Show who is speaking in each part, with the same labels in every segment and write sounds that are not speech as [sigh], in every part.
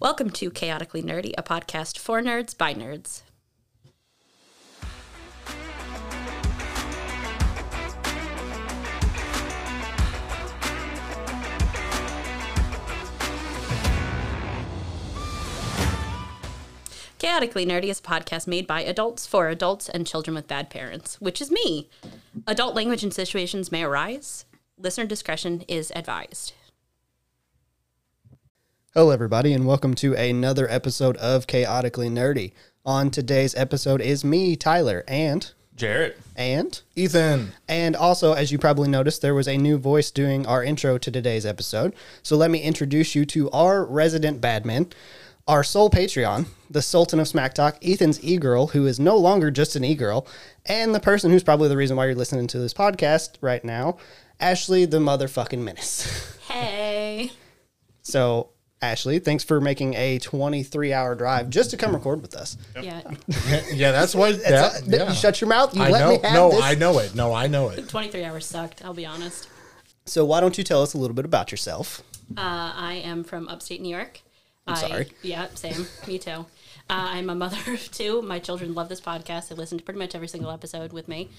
Speaker 1: Welcome to Chaotically Nerdy, a podcast for nerds by nerds. Chaotically Nerdy is a podcast made by adults for adults and children with bad parents, which is me. Adult language and situations may arise. Listener discretion is advised.
Speaker 2: Hello, everybody, and welcome to another episode of Chaotically Nerdy. On today's episode is me, Tyler, and
Speaker 3: Jarrett.
Speaker 2: and
Speaker 3: Ethan.
Speaker 2: and also, as you probably noticed, there was a new voice doing our intro to today's episode. So let me introduce you to our resident badman, our sole Patreon, the Sultan of Smack Talk, Ethan's e girl, who is no longer just an e girl, and the person who's probably the reason why you're listening to this podcast right now, Ashley the motherfucking menace. [laughs]
Speaker 1: Hey.
Speaker 2: So, Ashley, thanks for making a 23 hour drive just to come record with us.
Speaker 1: Yeah.
Speaker 3: [laughs] Yeah, that's what.
Speaker 2: That's- uh,
Speaker 3: That, yeah.
Speaker 2: You shut your mouth. You
Speaker 3: I
Speaker 2: let
Speaker 3: know.
Speaker 2: me have
Speaker 3: No,
Speaker 2: this.
Speaker 3: I know it. No, I know it.
Speaker 1: 23 hours sucked, I'll be honest.
Speaker 2: So, why don't you tell us a little bit about yourself?
Speaker 1: Uh, I am from upstate New York. I'm
Speaker 2: sorry.
Speaker 1: Yeah, same. Me too. Uh, I'm a mother [laughs] of two. My children love this podcast. They listen to pretty much every single episode with me.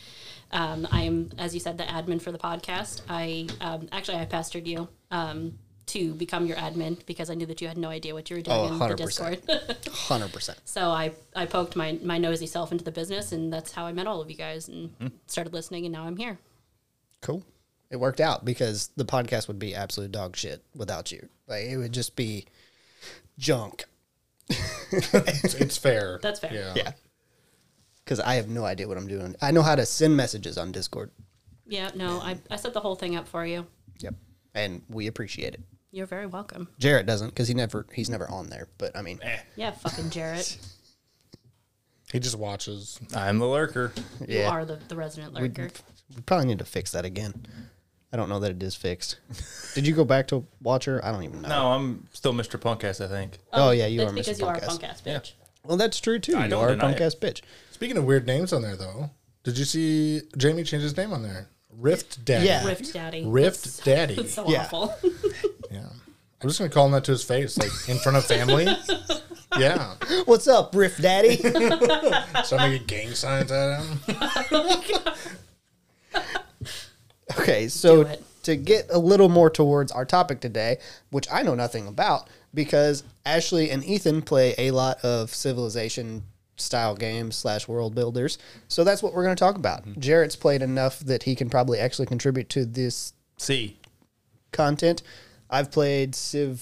Speaker 1: Um, I am, as you said, the admin for the podcast. I um, actually I pestered you um, to become your admin because I knew that you had no idea what you were doing
Speaker 2: Oh,
Speaker 1: in the
Speaker 2: 100%.
Speaker 1: Discord.
Speaker 2: 100%.
Speaker 1: [laughs] so I, I poked my, my nosy self into the business, and that's how I met all of you guys and
Speaker 2: Hmm.
Speaker 1: started listening, and now I'm here.
Speaker 2: Cool. It worked out because the podcast would be absolute dog shit without you. Like, it would just be junk
Speaker 3: It's,
Speaker 2: [laughs]
Speaker 3: it's fair.
Speaker 1: That's fair.
Speaker 3: Yeah.
Speaker 2: Yeah. because I have no idea what I'm doing. I know how to send messages on Discord.
Speaker 1: Yeah, no, I, I set the whole thing up for you.
Speaker 2: Yep. And we appreciate it.
Speaker 1: You're very welcome.
Speaker 2: Jarrett doesn't because he never he's never on there. But I mean,
Speaker 1: Yeah, fucking
Speaker 2: [laughs]
Speaker 1: Jarrett.
Speaker 3: He just watches.
Speaker 4: I'm the lurker.
Speaker 1: You
Speaker 2: Yeah.
Speaker 1: are the, the resident lurker.
Speaker 2: We probably need to fix that again. I don't know that it is fixed. Did you go back to Watcher? I don't even know.
Speaker 4: No, I'm still Mr. Punkass, I think.
Speaker 2: Oh, yeah, you
Speaker 1: That's
Speaker 2: are Mr.
Speaker 1: because you are a
Speaker 2: Podcast.
Speaker 1: punk ass bitch.
Speaker 2: Well, that's true too. you
Speaker 4: don't
Speaker 2: are a
Speaker 4: deny
Speaker 2: punk
Speaker 4: it.
Speaker 2: ass bitch.
Speaker 3: Speaking of weird names on there, though, did you see Jamie change his name on there? Rift Daddy.
Speaker 2: Yeah.
Speaker 1: Rift
Speaker 2: [laughs]
Speaker 1: Daddy.
Speaker 3: Rift
Speaker 1: That's-
Speaker 3: Daddy.
Speaker 1: That's so
Speaker 2: Yeah.
Speaker 1: awful. [laughs]
Speaker 3: Yeah. I'm just gonna call him that to his face, like in front of
Speaker 2: [laughs]
Speaker 3: family. yeah.
Speaker 2: What's up, Riff Daddy?
Speaker 1: [laughs]
Speaker 3: So I making gang signs at him.
Speaker 2: okay, so
Speaker 1: Do it.
Speaker 2: to get a little more towards our topic today, which I know nothing about because Ashley and Ethan play a lot of civilization style games slash world builders. So that's what we're going to talk about.
Speaker 4: Mm-hmm.
Speaker 2: Jarrett's played enough that he can probably actually contribute to this
Speaker 4: C.
Speaker 2: content. I've played Civ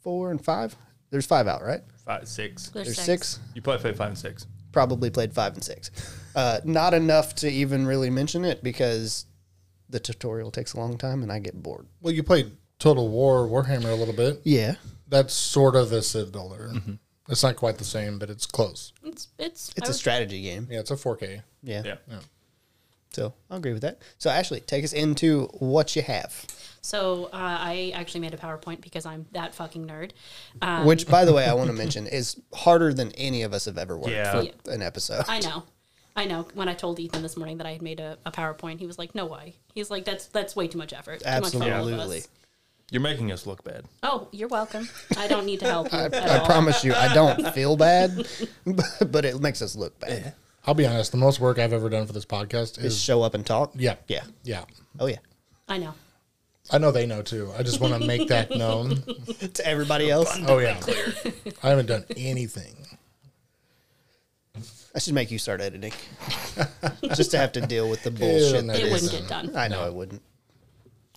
Speaker 2: four and five. There's five out, right?
Speaker 4: Five, six.
Speaker 2: There's six.
Speaker 4: You probably played five and six.
Speaker 2: Probably played five and six. Uh, not enough to even really mention it because the tutorial takes a long time and I get bored.
Speaker 3: Well, you played Total War Warhammer a little bit.
Speaker 2: Yeah,
Speaker 3: That's sort of a Civ builder. It's not quite the same, but it's close.
Speaker 1: It's, it's,
Speaker 2: it's
Speaker 1: I
Speaker 2: a
Speaker 1: would-
Speaker 2: strategy game.
Speaker 3: Yeah, it's a 4K.
Speaker 2: Yeah.
Speaker 4: Yeah.
Speaker 2: so I agree with that. So Ashley, take us into what you have.
Speaker 1: So uh, I actually made a PowerPoint because I'm that fucking nerd. Uh,
Speaker 2: Which, by the way, I want to [laughs] mention is harder than any of us have ever worked
Speaker 4: Yeah.
Speaker 2: for an episode.
Speaker 1: I know. I know. When I told Ethan this morning that I had made a, a PowerPoint, he was like, no way. He's like, that's that's way too much effort. Too much for all of us."
Speaker 2: Absolutely.
Speaker 4: You're making us look bad.
Speaker 1: Oh, you're welcome. I don't need to
Speaker 2: [laughs]
Speaker 1: help you at
Speaker 2: I
Speaker 1: all.
Speaker 2: promise you, I
Speaker 1: [laughs]
Speaker 2: don't feel bad, [laughs] but it makes us look bad.
Speaker 3: I'll be honest. The most work I've ever done for this podcast
Speaker 2: Just
Speaker 3: is
Speaker 2: show up and talk.
Speaker 3: yeah,
Speaker 2: Yeah.
Speaker 3: yeah.
Speaker 2: Oh yeah.
Speaker 1: I know.
Speaker 3: I know they know too. I just want to make that known.
Speaker 2: To everybody else,
Speaker 3: Oh yeah, I haven't done anything.
Speaker 2: I should make you start editing, [laughs] just to have to deal with the
Speaker 3: Ew,
Speaker 2: bullshit.
Speaker 3: no.
Speaker 2: that
Speaker 1: It
Speaker 2: is.
Speaker 1: wouldn't get done.
Speaker 2: I know it wouldn't.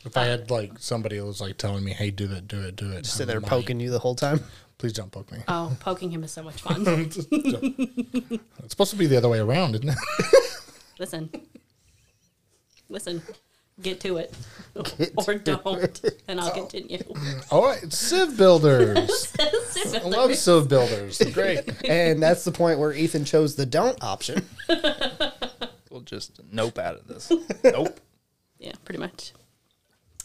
Speaker 3: If I had like somebody that was like telling me, "Hey, do it, do it, do it,"
Speaker 2: Just sit there poking you the whole time.
Speaker 3: Please don't poke me.
Speaker 1: Oh, poking him is so much
Speaker 2: [laughs]
Speaker 1: fun.
Speaker 3: It's supposed to be the other way around, isn't it? [laughs]
Speaker 1: Listen. Listen. Get to it.
Speaker 2: Get
Speaker 1: or don't. And I'll continue.
Speaker 3: All right, Oh, Civ builders. I
Speaker 1: Civilly.
Speaker 3: love Civ builders. They're Great.
Speaker 2: [laughs] And that's the point where Ethan chose the don't option.
Speaker 4: We'll just [laughs] nope out of this. nope.
Speaker 1: yeah, pretty much.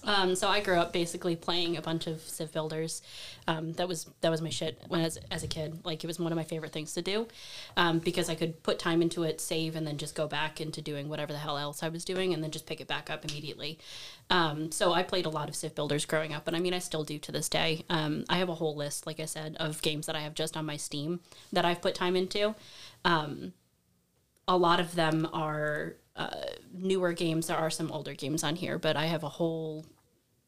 Speaker 1: Um, so I grew up basically playing a bunch of Civ builders. Um, that was that was my shit when I was as a kid. Like it was one of my favorite things to do um, because I could put time into it, save, and then just go back into doing whatever the hell else I was doing, and then just pick it back up immediately. Um, so I played a lot of Civ builders growing up, and I mean I still do to this day. Um, I have a whole list, like I said, of games that I have just on my Steam that I've put time into Um, a lot of them are uh, newer games. There are some older games on here, but I have a whole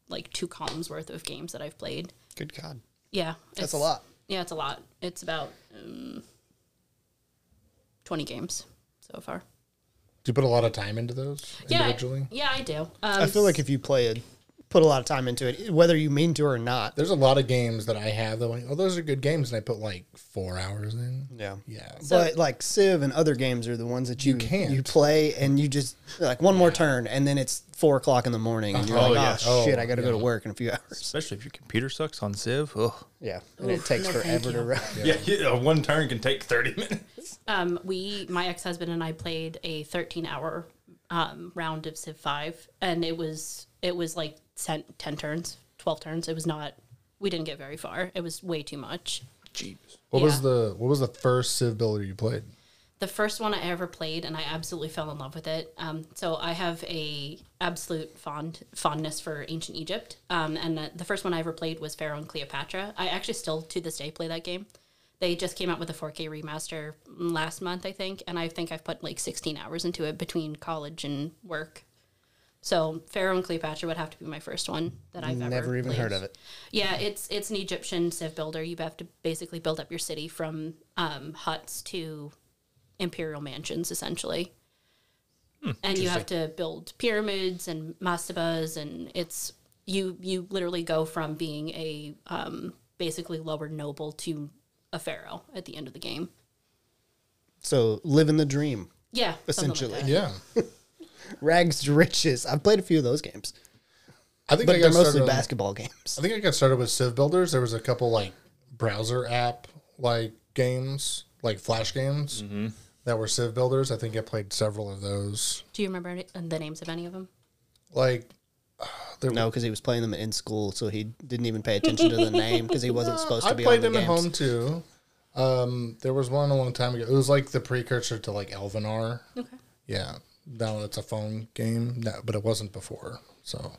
Speaker 1: like two columns worth of games that I've played.
Speaker 2: Good God.
Speaker 1: Yeah,
Speaker 2: That's a
Speaker 1: it's-
Speaker 2: lot.
Speaker 1: Yeah, it's a lot. It's about um, twenty games so far.
Speaker 3: Do you put a lot of time into those
Speaker 1: Yeah,
Speaker 3: individually?
Speaker 1: I, yeah, I do. Um, [laughs]
Speaker 2: I feel like if you play it, put a lot of time into it, whether you mean to or not.
Speaker 3: There's a lot of games that I have that I'm like, oh, those are good games, and I put like four hours in.
Speaker 2: Yeah.
Speaker 3: Yeah.
Speaker 2: but like Civ and other games are the ones that you,
Speaker 3: can't.
Speaker 2: you play and you just like one more turn and then it's four o'clock in the morning and you're
Speaker 4: Oh,
Speaker 2: like,
Speaker 4: yeah.
Speaker 2: oh,
Speaker 3: Oh,
Speaker 2: shit, I got to go to work in a few hours.
Speaker 4: Especially if your computer sucks on Civ. Ugh.
Speaker 2: Yeah, and it
Speaker 1: Oof,
Speaker 2: takes
Speaker 1: no, thank
Speaker 2: forever to
Speaker 1: you.
Speaker 2: run.
Speaker 4: Yeah, yeah, uh, one turn can take 30 [laughs] minutes.
Speaker 1: um, we, my ex husband and I played a 13 hour um, round of Civ 5, and it was, it was like 10, 10 turns, 12 turns. It was not, we didn't get very far. It was way too much.
Speaker 4: Jeez.
Speaker 3: What
Speaker 1: Yeah.
Speaker 3: was the What was the first Civ builder you played?
Speaker 1: the first one I ever played, and I absolutely fell in love with it. Um, so I have a absolute fond fondness for ancient Egypt, um, and the, the first one I ever played was Pharaoh and Cleopatra. I actually still to this day play that game. They just came out with a 4K remaster last month, I think, and I think I've put like 16 hours into it between college and work. So Pharaoh and Cleopatra would have to be my first one that I've ever
Speaker 2: Never even
Speaker 1: played.
Speaker 2: heard of it.
Speaker 1: Yeah, it's it's an Egyptian civ builder. You have to basically build up your city from um, huts to imperial mansions, essentially. and you have to build pyramids and mastabas, and it's you you literally go from being a um, basically lower noble to a pharaoh at the end of the game.
Speaker 2: So living the dream,
Speaker 1: Yeah, something like
Speaker 2: Essentially.
Speaker 1: that.
Speaker 3: Yeah.
Speaker 2: rags to riches. I've played a few of those games,
Speaker 3: I think
Speaker 2: but
Speaker 3: I
Speaker 2: they're
Speaker 3: got
Speaker 2: mostly
Speaker 3: started. on-
Speaker 2: basketball games.
Speaker 3: I think I got started with Civ builders. There was a couple like browser app like games, like flash games that were Civ builders. I think I played several of those.
Speaker 1: Do you remember any, the names of any of them?
Speaker 3: Like
Speaker 2: No, because he was playing them in school, so he didn't even pay attention
Speaker 3: [laughs]
Speaker 2: to the name because he wasn't supposed to
Speaker 3: I
Speaker 2: be.
Speaker 3: played
Speaker 2: on the
Speaker 3: them at
Speaker 2: games.
Speaker 3: home too. Um, there was one a long time ago. It was like the precursor to like Elvenar.
Speaker 1: Okay.
Speaker 3: Yeah. Now it's a phone game, no, but it wasn't before. So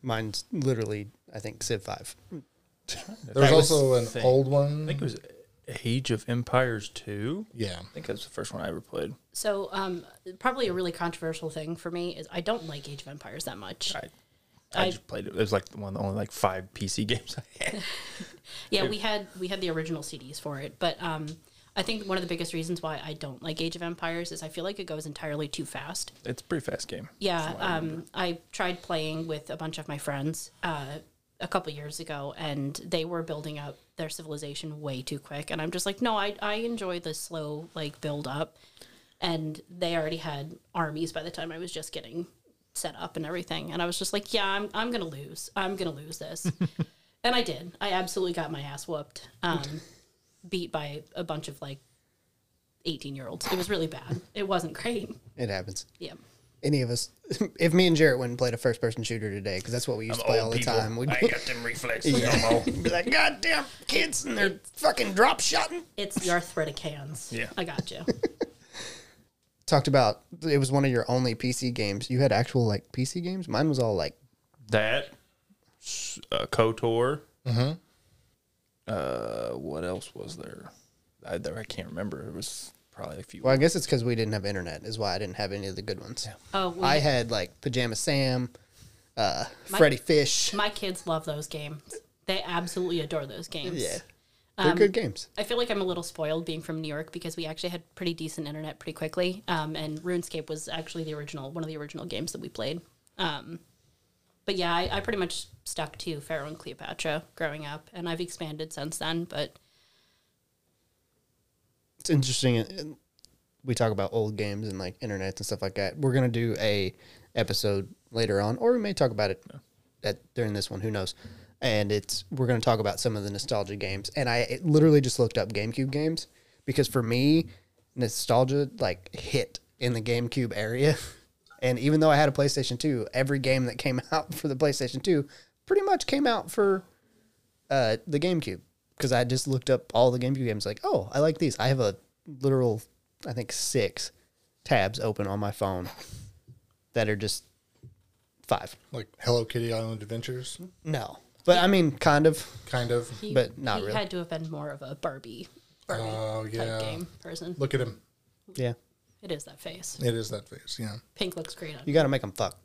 Speaker 2: Mine's literally, I think, Civ Five.
Speaker 3: there was
Speaker 2: That was
Speaker 3: also an
Speaker 4: thing.
Speaker 3: old
Speaker 4: I
Speaker 3: one.
Speaker 4: think it was Age of Empires 2.
Speaker 3: yeah.
Speaker 4: I think that's the first one I ever played.
Speaker 1: So, um, probably a really controversial thing for me is I don't like Age of Empires that much.
Speaker 4: I, I,
Speaker 1: I-
Speaker 4: just played it. It was like one of the only like five PC [laughs] games I had.
Speaker 1: Yeah, we had we had the original CDs for it, but um, I think one of the biggest reasons why I don't like Age of Empires is I feel like it goes entirely too fast.
Speaker 4: It's a pretty fast game.
Speaker 1: Yeah, um, I tried playing with a bunch of my friends uh, a couple years ago, and they were building up their civilization way too quick, and I'm just like, no, I I enjoy the slow like build up, and they already had armies by the time I was just getting set up and everything, and I was just like, yeah, I'm I'm gonna lose, I'm gonna lose this. and I did. I absolutely got my ass whooped, um, beat by a bunch of like eighteen year olds. It was really bad. It wasn't great.
Speaker 2: It happens.
Speaker 1: Yeah.
Speaker 2: Any of us, [laughs] if me and Jarrett went and played a first-person shooter today, because that's what we used to play all the time, we'd [laughs]
Speaker 4: I ain't got [laughs] them reflexes no more.
Speaker 2: be like, "God damn kids and they're fucking drop shotting."
Speaker 1: It's your threat of cans.
Speaker 4: Yeah.
Speaker 1: I got you.
Speaker 2: Talked about it was one of your only PC games. You had actual like PC games. Mine was all like
Speaker 4: That s- uh, Kotor. Mm-hmm. Uh, what else was there? I, there? I can't remember. It was probably a few.
Speaker 2: Well, I guess it's because we didn't have internet, is why I didn't have any of the good ones.
Speaker 1: Oh, we,
Speaker 2: I had like Pajama Sam, uh, Freddy Fish.
Speaker 1: my kids love those games. They absolutely adore those games.
Speaker 2: yeah, they're good games.
Speaker 1: I feel like I'm a little spoiled being from New York because we actually had pretty decent internet pretty quickly. Um, and RuneScape was actually the original, one of the original games that we played. Um, but yeah, I, I pretty much stuck to Pharaoh and Cleopatra growing up, and I've expanded since then. But
Speaker 2: It's interesting. uh, uh, We talk about old games and like internet and stuff like that. We're gonna do a episode later on, or we may talk about it at, during this one. Who knows? And it's we're gonna talk about some of the nostalgia games. And I it literally just looked up GameCube games because for me, nostalgia like hit in the GameCube area. [laughs] And even though I had a PlayStation 2, every game that came [laughs] out for the PlayStation 2 pretty much came out for uh, the GameCube because I just looked up all the GameCube games. Like, oh, I like these. I have a literal, I think six tabs open on my phone that are just five.
Speaker 3: Like Hello Kitty Island Adventures,
Speaker 2: No, but I mean, kind of.
Speaker 3: kind of.
Speaker 1: He-
Speaker 2: But not
Speaker 1: he
Speaker 2: really.
Speaker 1: had to have been more of a Barbie, Barbie
Speaker 3: Oh, yeah.
Speaker 1: type game person.
Speaker 3: Look at him.
Speaker 2: Yeah,
Speaker 1: It is that face.
Speaker 3: It is that face. Yeah.
Speaker 1: Pink looks great on.
Speaker 2: you got to make them fuck.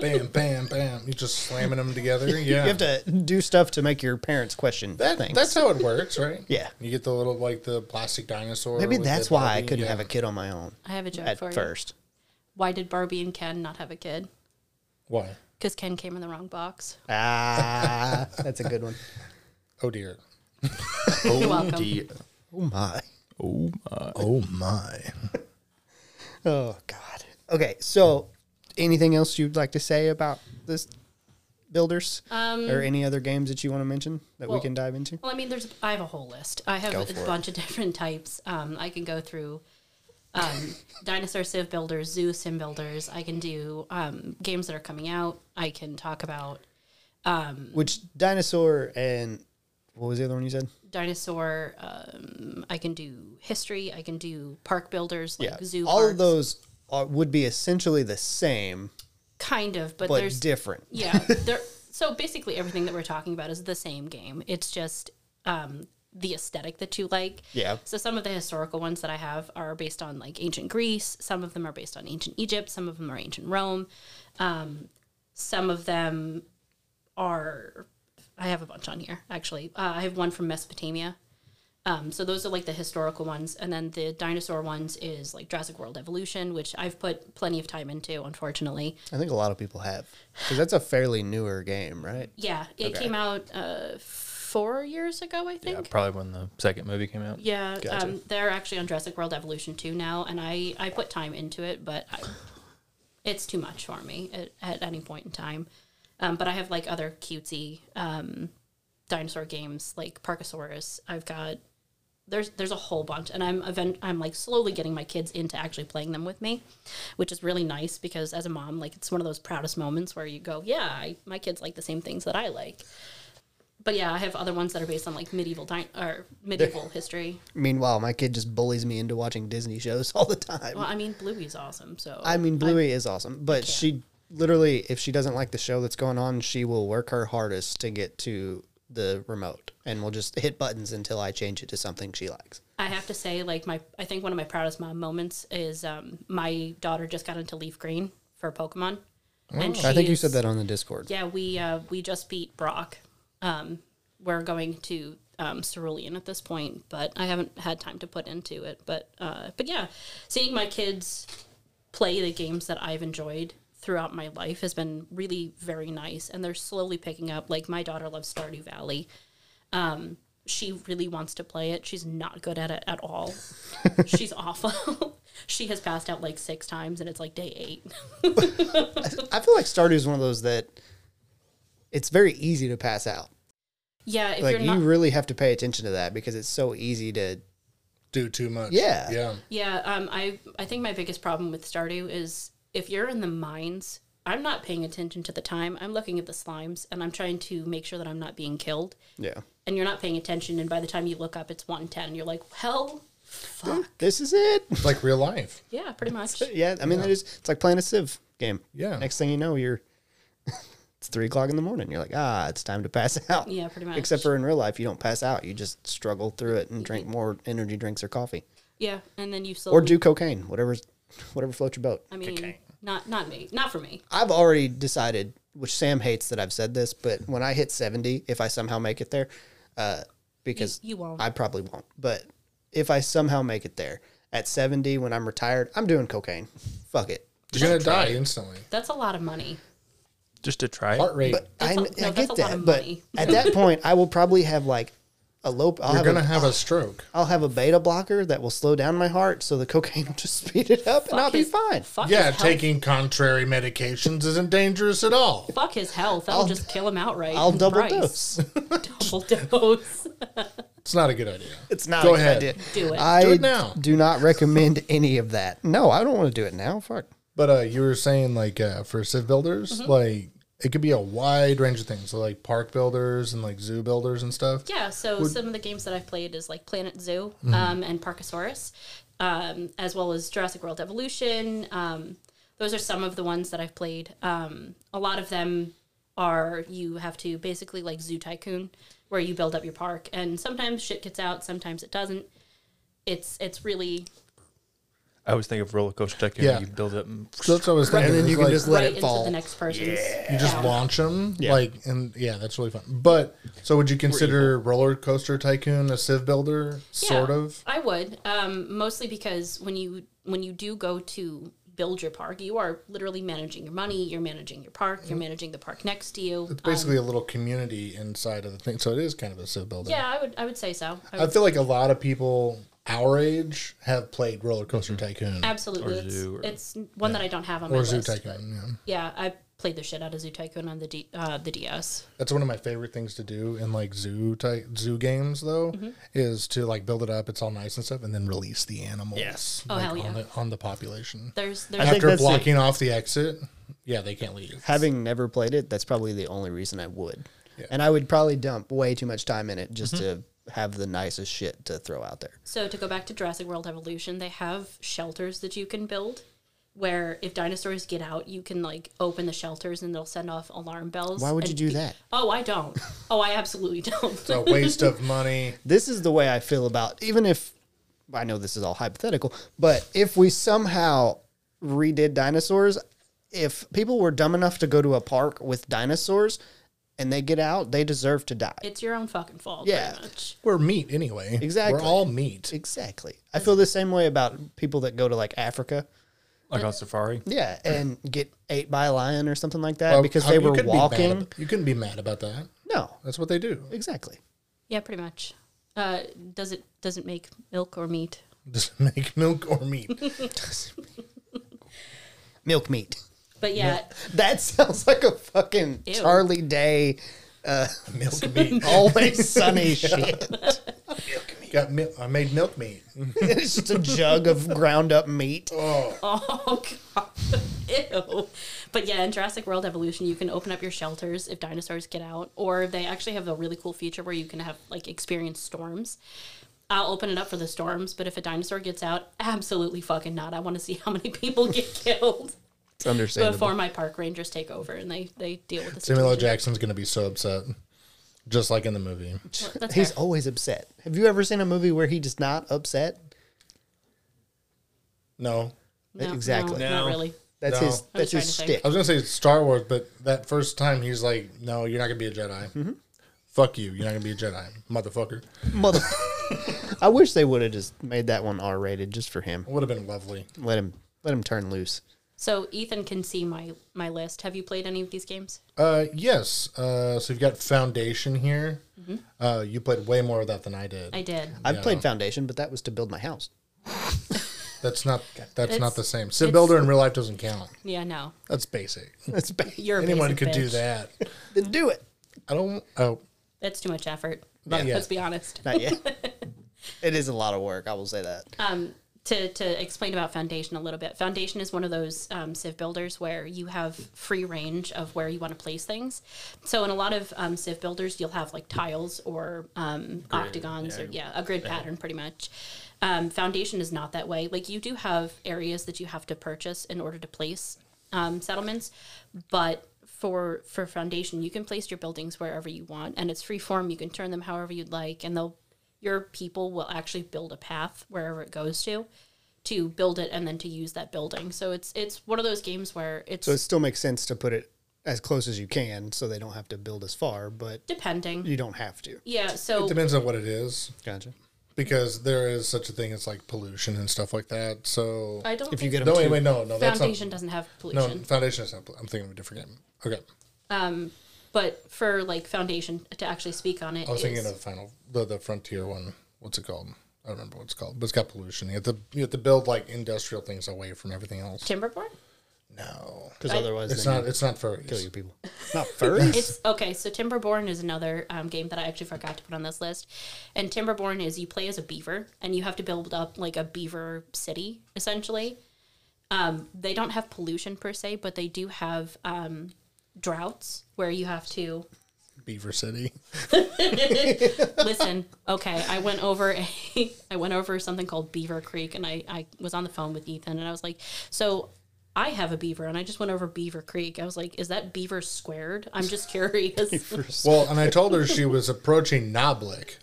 Speaker 3: Bam, bam, bam. You're just slamming them together. Yeah.
Speaker 2: [laughs] You have to do stuff to make your parents question
Speaker 3: That-
Speaker 2: things.
Speaker 3: that's how it works, right?
Speaker 2: Yeah.
Speaker 3: You get the little like the plastic dinosaur.
Speaker 2: Maybe
Speaker 3: with the
Speaker 2: that's why I
Speaker 3: Barbie.
Speaker 2: couldn't
Speaker 3: Yeah.
Speaker 2: have a kid on my own
Speaker 1: I have a joke
Speaker 2: at
Speaker 1: for you.
Speaker 2: first.
Speaker 1: Why did Barbie and Ken not have a kid?
Speaker 3: Why?
Speaker 1: Because Ken came in the wrong box.
Speaker 2: Ah, that's a good one.
Speaker 3: Oh dear.
Speaker 1: You're welcome.
Speaker 2: [laughs] Oh my.
Speaker 4: Oh my!
Speaker 3: Oh my.
Speaker 2: Oh God. Okay, so anything else you'd like to say about this builders or any other games that you want to mention that
Speaker 1: Um, well-
Speaker 2: we can dive into?
Speaker 1: Well, I mean, there's I have a whole list. I have
Speaker 4: Go
Speaker 1: a
Speaker 4: for it.
Speaker 1: bunch of different types. Um, I can go through um, [laughs] dinosaur civ builders, zoo sim builders. I can do um, games that are coming out. I can talk about
Speaker 2: Which dinosaur and what was the other one you said?
Speaker 1: dinosaur. Um, I can do history. I can do park builders, like zoo.
Speaker 2: All
Speaker 1: parks.
Speaker 2: of those are, would be essentially the same,
Speaker 1: kind of, but,
Speaker 2: but
Speaker 1: there's
Speaker 2: different.
Speaker 1: yeah. There, so basically, everything that we're talking about is the same game. It's just um, the aesthetic that you like.
Speaker 2: Yeah.
Speaker 1: So some of the historical ones that I have are based on like ancient Greece. Some of them are based on ancient Egypt. Some of them are ancient Rome. Um, some of them are. I have a bunch on here actually. Uh, I have one from Mesopotamia. Um, so those are like the historical ones, and then the dinosaur ones is like Jurassic World Evolution, which I've put plenty of time into, unfortunately.
Speaker 2: I think a lot of people have because that's a fairly newer game, right?
Speaker 1: Yeah, it
Speaker 2: Okay.
Speaker 1: came out uh, four years ago, I
Speaker 4: Yeah,
Speaker 1: think.
Speaker 4: probably when the second movie came out.
Speaker 1: Yeah,
Speaker 2: Gotcha.
Speaker 1: um, they're actually on Jurassic World Evolution 2 now, and I, I put time into it, but I, it's too much for me at, at any point in time. Um, but I have like other cutesy um, dinosaur games like Parkosaurus. I've got there's there's a whole bunch, and I'm event I'm like slowly getting my kids into actually playing them with me, which is really nice because as a mom, like it's one of those proudest moments where you go, yeah, I, my kids like the same things that I like. But yeah, I have other ones that are based on like medieval di- or
Speaker 2: [laughs]
Speaker 1: medieval history.
Speaker 2: Meanwhile, my kid just bullies me into watching Disney shows [laughs] all the time.
Speaker 1: Well, I mean, Bluey's awesome. So
Speaker 2: I mean, Bluey is awesome, but she literally, if she doesn't like the show that's going on, she will work her hardest to get to the remote and will just hit buttons until I change it to something she likes.
Speaker 1: I have to say, like my, I think one of my proudest mom moments is um, my daughter just got into Leaf Green for Pokemon, and she
Speaker 2: Oh, I think you
Speaker 1: is-
Speaker 2: said that on the Discord.
Speaker 1: Yeah, we uh, we just beat Brock. Um, we're going to um, Cerulean at this point, but I haven't had time to put into it. But uh, but yeah, seeing my kids play the games that I've enjoyed throughout my life has been really very nice, and they're slowly picking up. Like my daughter loves Stardew Valley. Um, she really wants to play it. She's not good at it at all. She's awful. [laughs] she has passed out like six times, and it's like day eight.
Speaker 2: I feel like Stardew is one of those that it's very easy to pass out.
Speaker 1: Yeah, if
Speaker 2: Like
Speaker 1: you're
Speaker 2: you
Speaker 1: not
Speaker 2: really have to pay attention to that because it's so easy to.
Speaker 3: Do too much.
Speaker 2: Yeah.
Speaker 3: Yeah.
Speaker 1: Yeah, um, I I think my biggest problem with Stardew is if you're in the mines, I'm not paying attention to the time. I'm looking at the slimes and I'm trying to make sure that I'm not being killed.
Speaker 2: Yeah.
Speaker 1: And you're not paying attention, and by the time you look up, it's one ten. You're like, hell, fuck.
Speaker 2: This is it.
Speaker 3: It's like real life.
Speaker 1: Yeah, pretty much.
Speaker 2: Yeah, I mean, that is it's like playing a Civ game.
Speaker 3: Yeah.
Speaker 2: Next thing you know, you're [laughs] it's three o'clock in the morning. You're like, ah, it's time to pass [laughs] out.
Speaker 1: Yeah, pretty much. Mm-hmm.
Speaker 2: Except for in real life, you don't pass out. You just struggle through it and drink more energy drinks or coffee
Speaker 1: Yeah, and then you slowly.
Speaker 2: or do cocaine, whatever's whatever floats your boat.
Speaker 1: I mean, not not me, not for me.
Speaker 2: I've already decided, which Sam hates that I've said this, but when I hit 70, if I somehow make it there, uh, because
Speaker 1: You- you won't.
Speaker 2: I probably won't, but if I somehow make it there at 70 when I'm retired, I'm doing cocaine. Fuck it.
Speaker 3: You're gonna die instantly.
Speaker 1: That's a lot of money.
Speaker 4: Just to try
Speaker 3: Heart
Speaker 4: it.
Speaker 3: rate.
Speaker 2: I,
Speaker 1: That's a-
Speaker 2: kn-
Speaker 1: no,
Speaker 2: I
Speaker 1: that's a
Speaker 2: get
Speaker 1: lot
Speaker 2: that,
Speaker 1: of
Speaker 2: but
Speaker 1: money. [laughs]
Speaker 2: at that point, I will probably have like a low. I'll
Speaker 3: You're
Speaker 2: have,
Speaker 3: gonna
Speaker 2: a,
Speaker 3: have a stroke.
Speaker 2: I'll have a beta blocker that will slow down my heart, so the cocaine will just [laughs] speed it up, and I'll be
Speaker 1: his-
Speaker 2: fine.
Speaker 1: Fuck
Speaker 3: Yeah,
Speaker 1: his health.
Speaker 3: taking contrary medications isn't dangerous at all.
Speaker 1: Fuck [laughs] his health. That'll just kill him outright.
Speaker 2: I'll double
Speaker 1: Christ.
Speaker 2: dose.
Speaker 1: Double dose.
Speaker 3: It's not a good idea.
Speaker 2: [laughs] It's not
Speaker 3: Go
Speaker 2: a good
Speaker 3: ahead.
Speaker 2: idea.
Speaker 1: Do it.
Speaker 2: I
Speaker 3: Do it now.
Speaker 2: do not recommend any of that. No, I don't want to do it now. Fuck.
Speaker 3: But uh, you were saying like uh, for civ builders,
Speaker 1: Mm-hmm.
Speaker 3: like it could be a wide range of things, so like park builders and like zoo builders and stuff.
Speaker 1: Yeah, so some of the games that I've played is like Planet Zoo
Speaker 2: Mm-hmm.
Speaker 1: um, and Parkosaurus, um, as well as Jurassic World Evolution. Um, those are some of the ones that I've played. Um, a lot of them are you have to basically like Zoo Tycoon, where you build up your park, and sometimes shit gets out, sometimes it doesn't. It's it's really
Speaker 4: I always think of roller coaster tycoon.
Speaker 3: Yeah.
Speaker 4: You build it. And
Speaker 3: So that's what I was thinking.
Speaker 2: And then
Speaker 3: is,
Speaker 2: you can
Speaker 3: like,
Speaker 2: just let
Speaker 1: right
Speaker 2: it
Speaker 1: into
Speaker 2: fall.
Speaker 1: the next person's.
Speaker 3: you just launch them, like and yeah, that's really fun. But so would you consider Roller Coaster Tycoon a civ builder? Sort
Speaker 1: Yeah,
Speaker 3: of.
Speaker 1: I would, um, mostly because when you when you do go to build your park, you are literally managing your money. You're managing your park. You're managing the park next to you.
Speaker 3: Mm-hmm.
Speaker 1: Uh,
Speaker 3: It's basically a little community inside of the thing, so it is kind of a civ builder.
Speaker 1: Um, Yeah, I would. I would say so. I
Speaker 3: I
Speaker 1: would,
Speaker 3: feel like a lot of people our age have played Roller Coaster
Speaker 2: Mm-hmm.
Speaker 3: Tycoon
Speaker 1: absolutely.
Speaker 4: Or
Speaker 1: it's,
Speaker 4: Zoo or-
Speaker 1: it's one that I don't have on my
Speaker 3: or Zoo
Speaker 1: list.
Speaker 3: Tycoon. Yeah.
Speaker 1: Yeah, I played the shit out of Zoo Tycoon on the D, uh, the DS.
Speaker 3: That's one of my favorite things to do in like zoo type zoo games though
Speaker 1: Mm-hmm.
Speaker 3: is to like build it up. It's all nice and stuff, and then release the animals. Yes,
Speaker 1: Oh, hell yeah.
Speaker 3: on the on the population
Speaker 1: There's there's
Speaker 2: I think
Speaker 3: after
Speaker 2: that's the-
Speaker 3: blocking off the exit. Yeah, they can't leave.
Speaker 2: Having never played it, that's probably the only reason I would. And I would probably dump way too much time in it just
Speaker 3: Mm-hmm.
Speaker 2: to have the nicest shit to throw out there.
Speaker 1: So to go back to Jurassic World Evolution, they have shelters that you can build where if dinosaurs get out, you can like open the shelters and they'll send off alarm bells.
Speaker 2: Why would you
Speaker 1: and
Speaker 2: do that?
Speaker 1: Oh, I
Speaker 2: [laughs]
Speaker 1: don't. Oh, I absolutely don't.
Speaker 3: It's a waste of money.
Speaker 2: this is the way I feel about even if I know this is all hypothetical, but if we somehow redid dinosaurs, if people were dumb enough to go to a park with dinosaurs and they get out, they deserve to die.
Speaker 1: it's your own fucking fault.
Speaker 2: Yeah.
Speaker 1: Pretty much.
Speaker 3: We're meat anyway.
Speaker 2: Exactly.
Speaker 3: We're all meat.
Speaker 2: exactly. I feel the same way about people that go to like Africa.
Speaker 4: like on safari.
Speaker 2: Yeah, and get ate by a lion or something like that because
Speaker 3: How-
Speaker 2: they
Speaker 3: you
Speaker 2: were
Speaker 3: couldn't be mad
Speaker 2: walking.
Speaker 3: ab- you couldn't be mad about that.
Speaker 2: No,
Speaker 3: That's what they do. [laughs]
Speaker 2: exactly.
Speaker 1: Yeah, pretty much. Uh, does it does it make milk or meat?
Speaker 3: Just make milk
Speaker 1: [laughs]
Speaker 3: or meat.
Speaker 2: Milk meat. [laughs]
Speaker 1: But yeah,
Speaker 2: That sounds like a fucking
Speaker 1: Ew.
Speaker 2: Charlie Day,
Speaker 1: [laughs]
Speaker 3: milk meat.
Speaker 2: always sunny shit.
Speaker 3: Milk meat. Got mil- I made milk meat.
Speaker 1: Mm-hmm.
Speaker 2: it's just a jug of ground up meat.
Speaker 1: Oh god. [laughs] Ew. But yeah, in Jurassic World Evolution, you can open up your shelters if dinosaurs get out, or they actually have a really cool feature where you can have like experience storms. I'll open it up for the storms, but if a dinosaur gets out, absolutely fucking not. I want to see how many people get [laughs] killed
Speaker 2: It's understandable.
Speaker 1: before my park rangers take over and they they deal with the
Speaker 3: Samuel L.
Speaker 1: situation.
Speaker 3: Jackson's gonna be so upset, just like in the movie.
Speaker 1: That's
Speaker 2: He's
Speaker 1: fair.
Speaker 2: always upset. Have you ever seen a movie where he just not upset?
Speaker 3: No,
Speaker 1: No,
Speaker 2: exactly.
Speaker 1: no,
Speaker 4: No.
Speaker 1: not really.
Speaker 2: That's
Speaker 3: No.
Speaker 2: his.
Speaker 1: I was
Speaker 2: That's his
Speaker 1: trying to think.
Speaker 2: stick.
Speaker 3: I was gonna say Star Wars, but that first time he's like, "No, you're not gonna be a Jedi.
Speaker 1: Mm-hmm.
Speaker 3: Fuck you. You're not gonna be a Jedi, motherfucker."
Speaker 2: Mother. [laughs] I wish they would have just made that one R rated just for him.
Speaker 3: Would have been lovely.
Speaker 2: Let him. Let him turn loose.
Speaker 1: So Ethan can see my my list. Have you played any of these games?
Speaker 3: Uh, yes. Uh, so you've got Foundation here. Uh, you played way more of that than I did.
Speaker 1: Mm-hmm. I did.
Speaker 2: I've played Foundation, but that was to build my house.
Speaker 3: that's not. That's
Speaker 1: It's-
Speaker 3: not the same. Civ
Speaker 1: it's-
Speaker 3: Builder in real life doesn't count.
Speaker 1: Yeah, no. [laughs]
Speaker 3: That's basic.
Speaker 2: That's bad.
Speaker 1: You're a
Speaker 3: Anyone
Speaker 1: basic
Speaker 3: could do
Speaker 1: bitch.
Speaker 3: that.
Speaker 2: Then do it.
Speaker 3: I don't. Oh,
Speaker 1: That's too much effort.
Speaker 3: Not yet.
Speaker 1: Let's be honest.
Speaker 2: Not yet.
Speaker 1: [laughs]
Speaker 2: it is a lot of work. I will say that.
Speaker 1: Uh, to, to explain about Foundation a little bit, Foundation is one of those um, Civ builders where you have free range of where you want to place things. So in a lot of um, Civ builders, you'll have like tiles or um, octagons or yeah, a grid pattern pretty much. Um, foundation is not that way. Like you do have areas that you have to purchase in order to place um, settlements, but for for Foundation, you can place your buildings wherever you want, and it's free form. You can turn them however you'd like, and they'll your people will actually build a path wherever it goes to to build it and then to use that building. So it's it's one of those games where it's
Speaker 2: So it still makes sense to put it as close as you can, so they don't have to build as far, but
Speaker 1: depending.
Speaker 2: you don't have to.
Speaker 1: Yeah, so
Speaker 3: depends on what it is,
Speaker 2: Gotcha.
Speaker 3: because there is such a thing as like pollution and stuff like that. So
Speaker 1: I don't
Speaker 2: If you
Speaker 1: think
Speaker 2: get
Speaker 3: no,
Speaker 2: them
Speaker 3: wait,
Speaker 2: too-
Speaker 3: wait, no, no, that's not.
Speaker 1: Foundation doesn't have
Speaker 3: No,
Speaker 1: pollution.
Speaker 3: Foundation is not. I'm thinking of a different game. Okay,
Speaker 1: But for like Foundation to actually speak on it
Speaker 3: I was
Speaker 1: is-
Speaker 3: thinking of Final, the the Frontier one. What's it called? I don't remember what it's called, but it's got pollution. You have to you have to build like industrial things away from everything else.
Speaker 1: Timberborn?
Speaker 3: No,
Speaker 2: because
Speaker 1: I-
Speaker 2: otherwise
Speaker 3: it's
Speaker 2: then
Speaker 3: not.
Speaker 2: you
Speaker 3: It's not furries.
Speaker 2: kill your people. [laughs] Not furries.
Speaker 1: It's okay. So Timberborn is another um, game that I actually forgot to put on this list. And Timberborn is you play as a beaver and you have to build up like a beaver city essentially. Um, they don't have pollution per se, but they do have um, droughts where you have to
Speaker 2: [laughs]
Speaker 3: Beaver City.
Speaker 1: listen. Okay, I went over a [laughs] I went over something called Beaver Creek, and I I was on the phone with Ethan, and I was like, so. I have a beaver, and I just went over Beaver Creek. I was like, "Is that beaver squared?" I'm just curious.
Speaker 3: Well, and I told her she was approaching Noblik,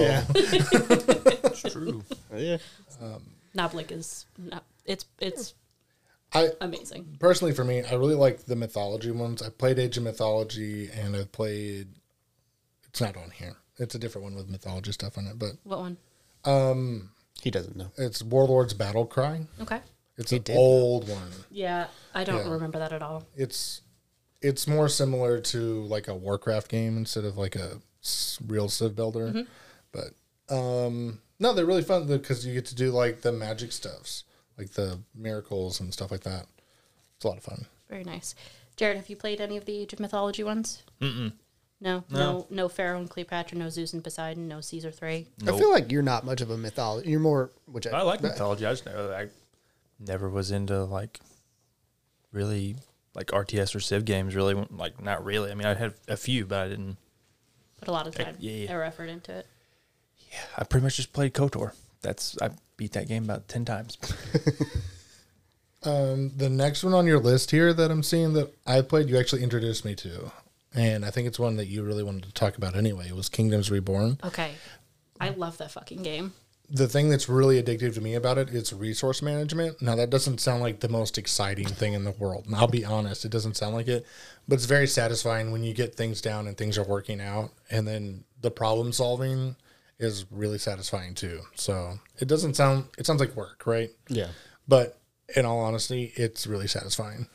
Speaker 1: [laughs]
Speaker 2: [laughs] [laughs] Yeah.
Speaker 4: It's true.
Speaker 2: yeah.
Speaker 1: Noblik is not, it's it's
Speaker 3: I
Speaker 1: amazing.
Speaker 3: personally for me, I really like the mythology ones. I played Age of Mythology, and I've played. It's not on here. It's a different one with mythology stuff on it, but
Speaker 1: What one?
Speaker 2: He doesn't know.
Speaker 3: it's Warlord's Battle Cry.
Speaker 1: Okay.
Speaker 3: It's
Speaker 2: He
Speaker 3: an
Speaker 2: did.
Speaker 3: old one.
Speaker 1: Yeah, I don't
Speaker 3: Yeah.
Speaker 1: remember that at all.
Speaker 3: It's it's more similar to like a Warcraft game instead of like a s- real civ builder. But um no, they're really fun because you get to do like the magic stuffs, like the miracles and stuff like that. It's a lot of fun.
Speaker 1: Very nice. Jared, have you played any of the Age of Mythology ones? Mm-mm. No, no, no, Pharaoh and Cleopatra, no Zeus and Poseidon, no Caesar three.
Speaker 2: I feel like you're not much of a mythology. You're more which
Speaker 4: I like mythology. I just never, I never was into like really like RTS or Civ games. Really, like not really. I mean, I had a few, but I didn't.
Speaker 1: Put a lot of time
Speaker 4: yeah, yeah.
Speaker 1: or effort into it.
Speaker 4: I pretty much just played Kotor. That's I beat that game about ten times.
Speaker 3: Um, the next one on your list here that I'm seeing that I played, you actually introduced me to, and I think it's one that you really wanted to talk about anyway. It was Kingdoms Reborn.
Speaker 1: Okay, I love that fucking game.
Speaker 3: the thing that's really addictive to me about it is resource management. Now that doesn't sound like the most exciting thing in the world. And I'll be honest, it doesn't sound like it, but it's very satisfying when you get things down and things are working out and then the problem solving is really satisfying too. So, it doesn't sound it sounds like work, right?
Speaker 2: yeah.
Speaker 3: But in all honesty, it's really satisfying.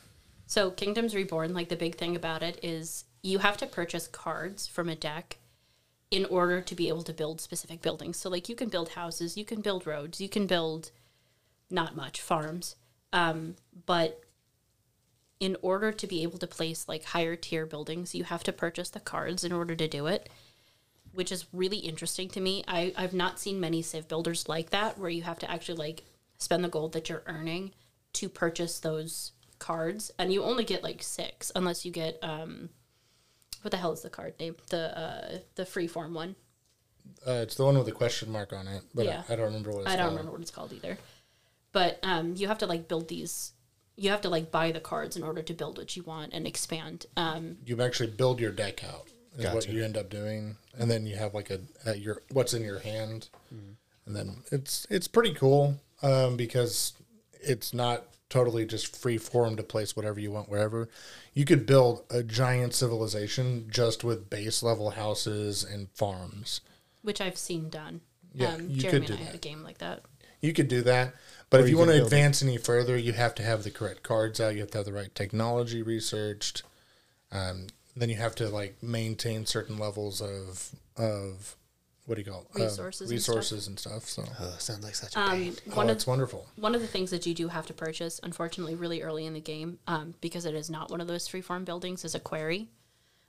Speaker 1: So Kingdoms Reborn, like the big thing about it is you have to purchase cards from a deck in order to be able to build specific buildings. So like you can build houses, you can build roads, you can build not much farms. Um, but in order to be able to place like higher tier buildings, you have to purchase the cards in order to do it, which is really interesting to me. I, I've not seen many civ builders like that where you have to actually like spend the gold that you're earning to purchase those cards and you only get like six unless you get um what the hell is the card name? The uh the freeform one.
Speaker 3: Uh, it's the one with the question mark on it, but
Speaker 1: Yeah.
Speaker 3: I, I don't remember what it's
Speaker 1: I don't
Speaker 3: called.
Speaker 1: remember what it's called either. But um, you have to like build these. You have to like buy the cards in order to build what you want and expand. Um,
Speaker 3: you actually build your deck out is what
Speaker 2: Gotcha.
Speaker 3: you end up doing and then you have like a, a your what's in your hand and then it's it's pretty cool um, because it's not totally just free form to place whatever you want wherever you could build a giant civilization just with base level houses and farms
Speaker 1: which I've seen done.
Speaker 3: Yeah,
Speaker 1: um,
Speaker 3: you
Speaker 1: Jeremy
Speaker 3: could do
Speaker 1: and I had
Speaker 3: that.
Speaker 1: a game like that.
Speaker 3: you could do that but if
Speaker 2: you
Speaker 3: you want
Speaker 2: could
Speaker 3: to
Speaker 2: build-
Speaker 3: advance any further you have to have the correct cards out you have to have the right technology researched um, then you have to like maintain certain levels of of what do you call it? Uh,
Speaker 1: Resources and stuff.
Speaker 3: resources and stuff, so
Speaker 2: Oh, sounds like such a
Speaker 1: Um, one
Speaker 3: oh,
Speaker 1: of
Speaker 3: it's wonderful
Speaker 1: one of the things that you do have to purchase, unfortunately, really early in the game, um, because it is not one of those freeform buildings, is a quarry.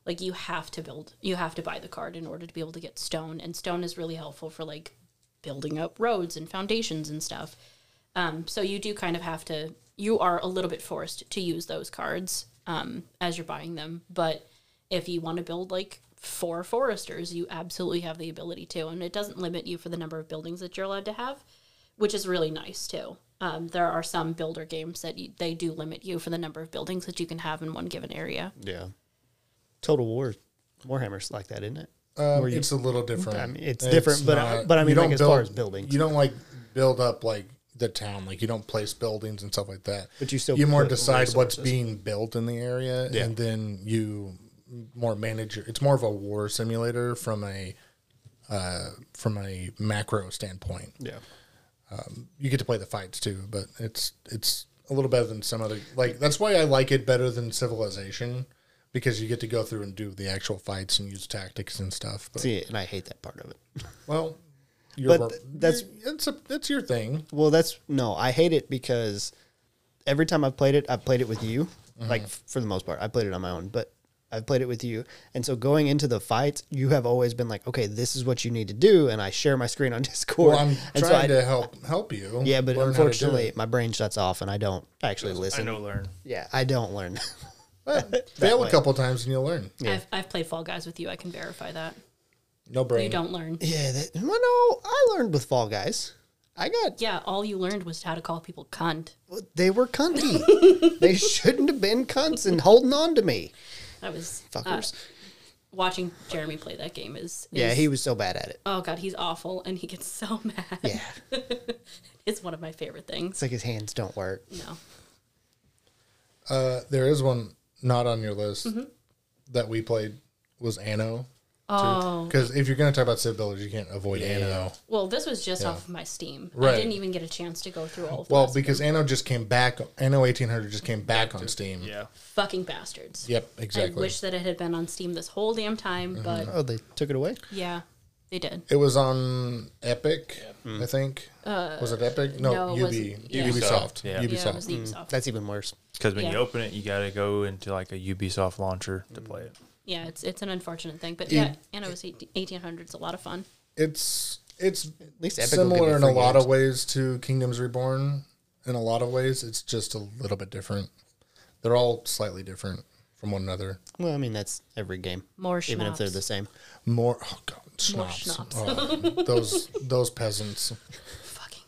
Speaker 1: Like you have to build, you have to buy the card in order to be able to get stone, and stone is really helpful for like building up roads and foundations and stuff. Um, so you do kind of have to, you are a little bit forced to use those cards um, as you're buying them. But if you want to build like four foresters, you absolutely have the ability to, and it doesn't limit you for the number of buildings that you're allowed to have which is really nice too. Um, there are some builder games that you, they do limit you for the number of buildings that you can have in one given area.
Speaker 2: yeah. Total War, Warhammer's like that, isn't it?
Speaker 3: Um, it's a little different.
Speaker 2: I mean, it's different, but I- but I
Speaker 3: you
Speaker 2: mean, like,
Speaker 3: don't
Speaker 2: as far as buildings.
Speaker 3: you don't like build up like the town. Like you don't place buildings and stuff like that.
Speaker 2: But you still
Speaker 3: you more
Speaker 2: put
Speaker 3: decide what's
Speaker 2: resources.
Speaker 3: being built in the area,
Speaker 2: Yeah.
Speaker 3: and then you more manage. Your, it's more of a war simulator from a uh, from a macro standpoint.
Speaker 2: Yeah.
Speaker 3: You get to play the fights too, but it's it's a little better than some other. Like that's why I like it better than Civilization. Because you get to go through and do the actual fights and use tactics and stuff. But
Speaker 2: See, and I hate that part of it.
Speaker 3: well, you're,
Speaker 2: But
Speaker 3: but
Speaker 2: th- that's-
Speaker 3: that's it's a, that's your thing.
Speaker 2: Well, that's no, I hate it because every time I've played it, I've played it with you.
Speaker 3: Mm-hmm.
Speaker 2: Like f- for the most part, I played it on my own, but I've played it with you. And so going into the fights, you have always been like, okay, this is what you need to do, and I share my screen on [laughs] Discord.
Speaker 3: Well, I'm
Speaker 2: and
Speaker 3: trying
Speaker 2: so I,
Speaker 3: to help help you.
Speaker 2: yeah, but
Speaker 3: learn how to do
Speaker 2: unfortunately,
Speaker 3: it.
Speaker 2: my brain shuts off and I don't actually
Speaker 4: I
Speaker 2: listen.
Speaker 4: know learn.
Speaker 2: Yeah, I don't learn. [laughs]
Speaker 3: fail a couple times and you'll learn.
Speaker 1: I've, I've played Fall Guys with you. I can verify that.
Speaker 3: No brain.
Speaker 1: You don't learn.
Speaker 2: yeah, that, well, no, I learned with Fall Guys. I got
Speaker 1: Yeah, all you learned was how to call people cunt.
Speaker 2: they were cunty. they shouldn't have been cunts and holding on to me,
Speaker 1: That was uh,
Speaker 2: fuckers.
Speaker 1: watching Jeremy play that game is, is
Speaker 2: yeah, he was so bad at it.
Speaker 1: oh god, he's awful, and he gets [laughs] so mad.
Speaker 2: Yeah,
Speaker 1: It's one of my favorite
Speaker 2: it's
Speaker 1: things.
Speaker 2: like his hands don't work. [laughs]
Speaker 1: No,
Speaker 3: Uh, there is one not on your list
Speaker 1: Mm-hmm.
Speaker 3: that we played was Anno.
Speaker 1: oh
Speaker 3: Because if you're going to talk about Civ Village, you can't avoid Anno.
Speaker 1: well, this was just off of my Steam. I
Speaker 3: Right.
Speaker 1: didn't even get a chance to go through all of
Speaker 3: Well,
Speaker 1: those
Speaker 3: because Anno just came back. Anno 1800 just came back on Steam.
Speaker 4: Yeah.
Speaker 1: fucking bastards.
Speaker 3: Yep,
Speaker 1: I
Speaker 3: exactly.
Speaker 1: wish that it had been on Steam this whole damn time, but
Speaker 2: Oh, they took it away.
Speaker 1: yeah, they did.
Speaker 3: It was on Epic,
Speaker 2: Mm.
Speaker 3: I think. was it Epic? No,
Speaker 1: Uh, no, it
Speaker 3: UB,
Speaker 1: wasn't. Yeah.
Speaker 3: Ubisoft.
Speaker 4: Yeah.
Speaker 3: Ubisoft.
Speaker 1: Yeah, it was the Ubisoft.
Speaker 2: That's even worse.
Speaker 4: Because when
Speaker 1: Yeah.
Speaker 4: you open it, you got to go into like a Ubisoft launcher to play it.
Speaker 1: Yeah, it's it's an unfortunate thing, but yeah, and it was eighteen hundred. It's a lot of fun.
Speaker 3: It's it's
Speaker 2: least Epic will give you
Speaker 3: similar in a
Speaker 2: free
Speaker 3: lot
Speaker 2: games.
Speaker 3: of ways to Kingdoms Reborn. In a lot of ways, it's just a little bit different. They're all slightly different from one another.
Speaker 2: Well, I mean that's every game,
Speaker 1: More
Speaker 2: even if they're
Speaker 1: schnapps.
Speaker 2: the same.
Speaker 3: More oh god, schnapps.
Speaker 1: schnapps.
Speaker 3: Oh, those those peasants.
Speaker 1: Fucking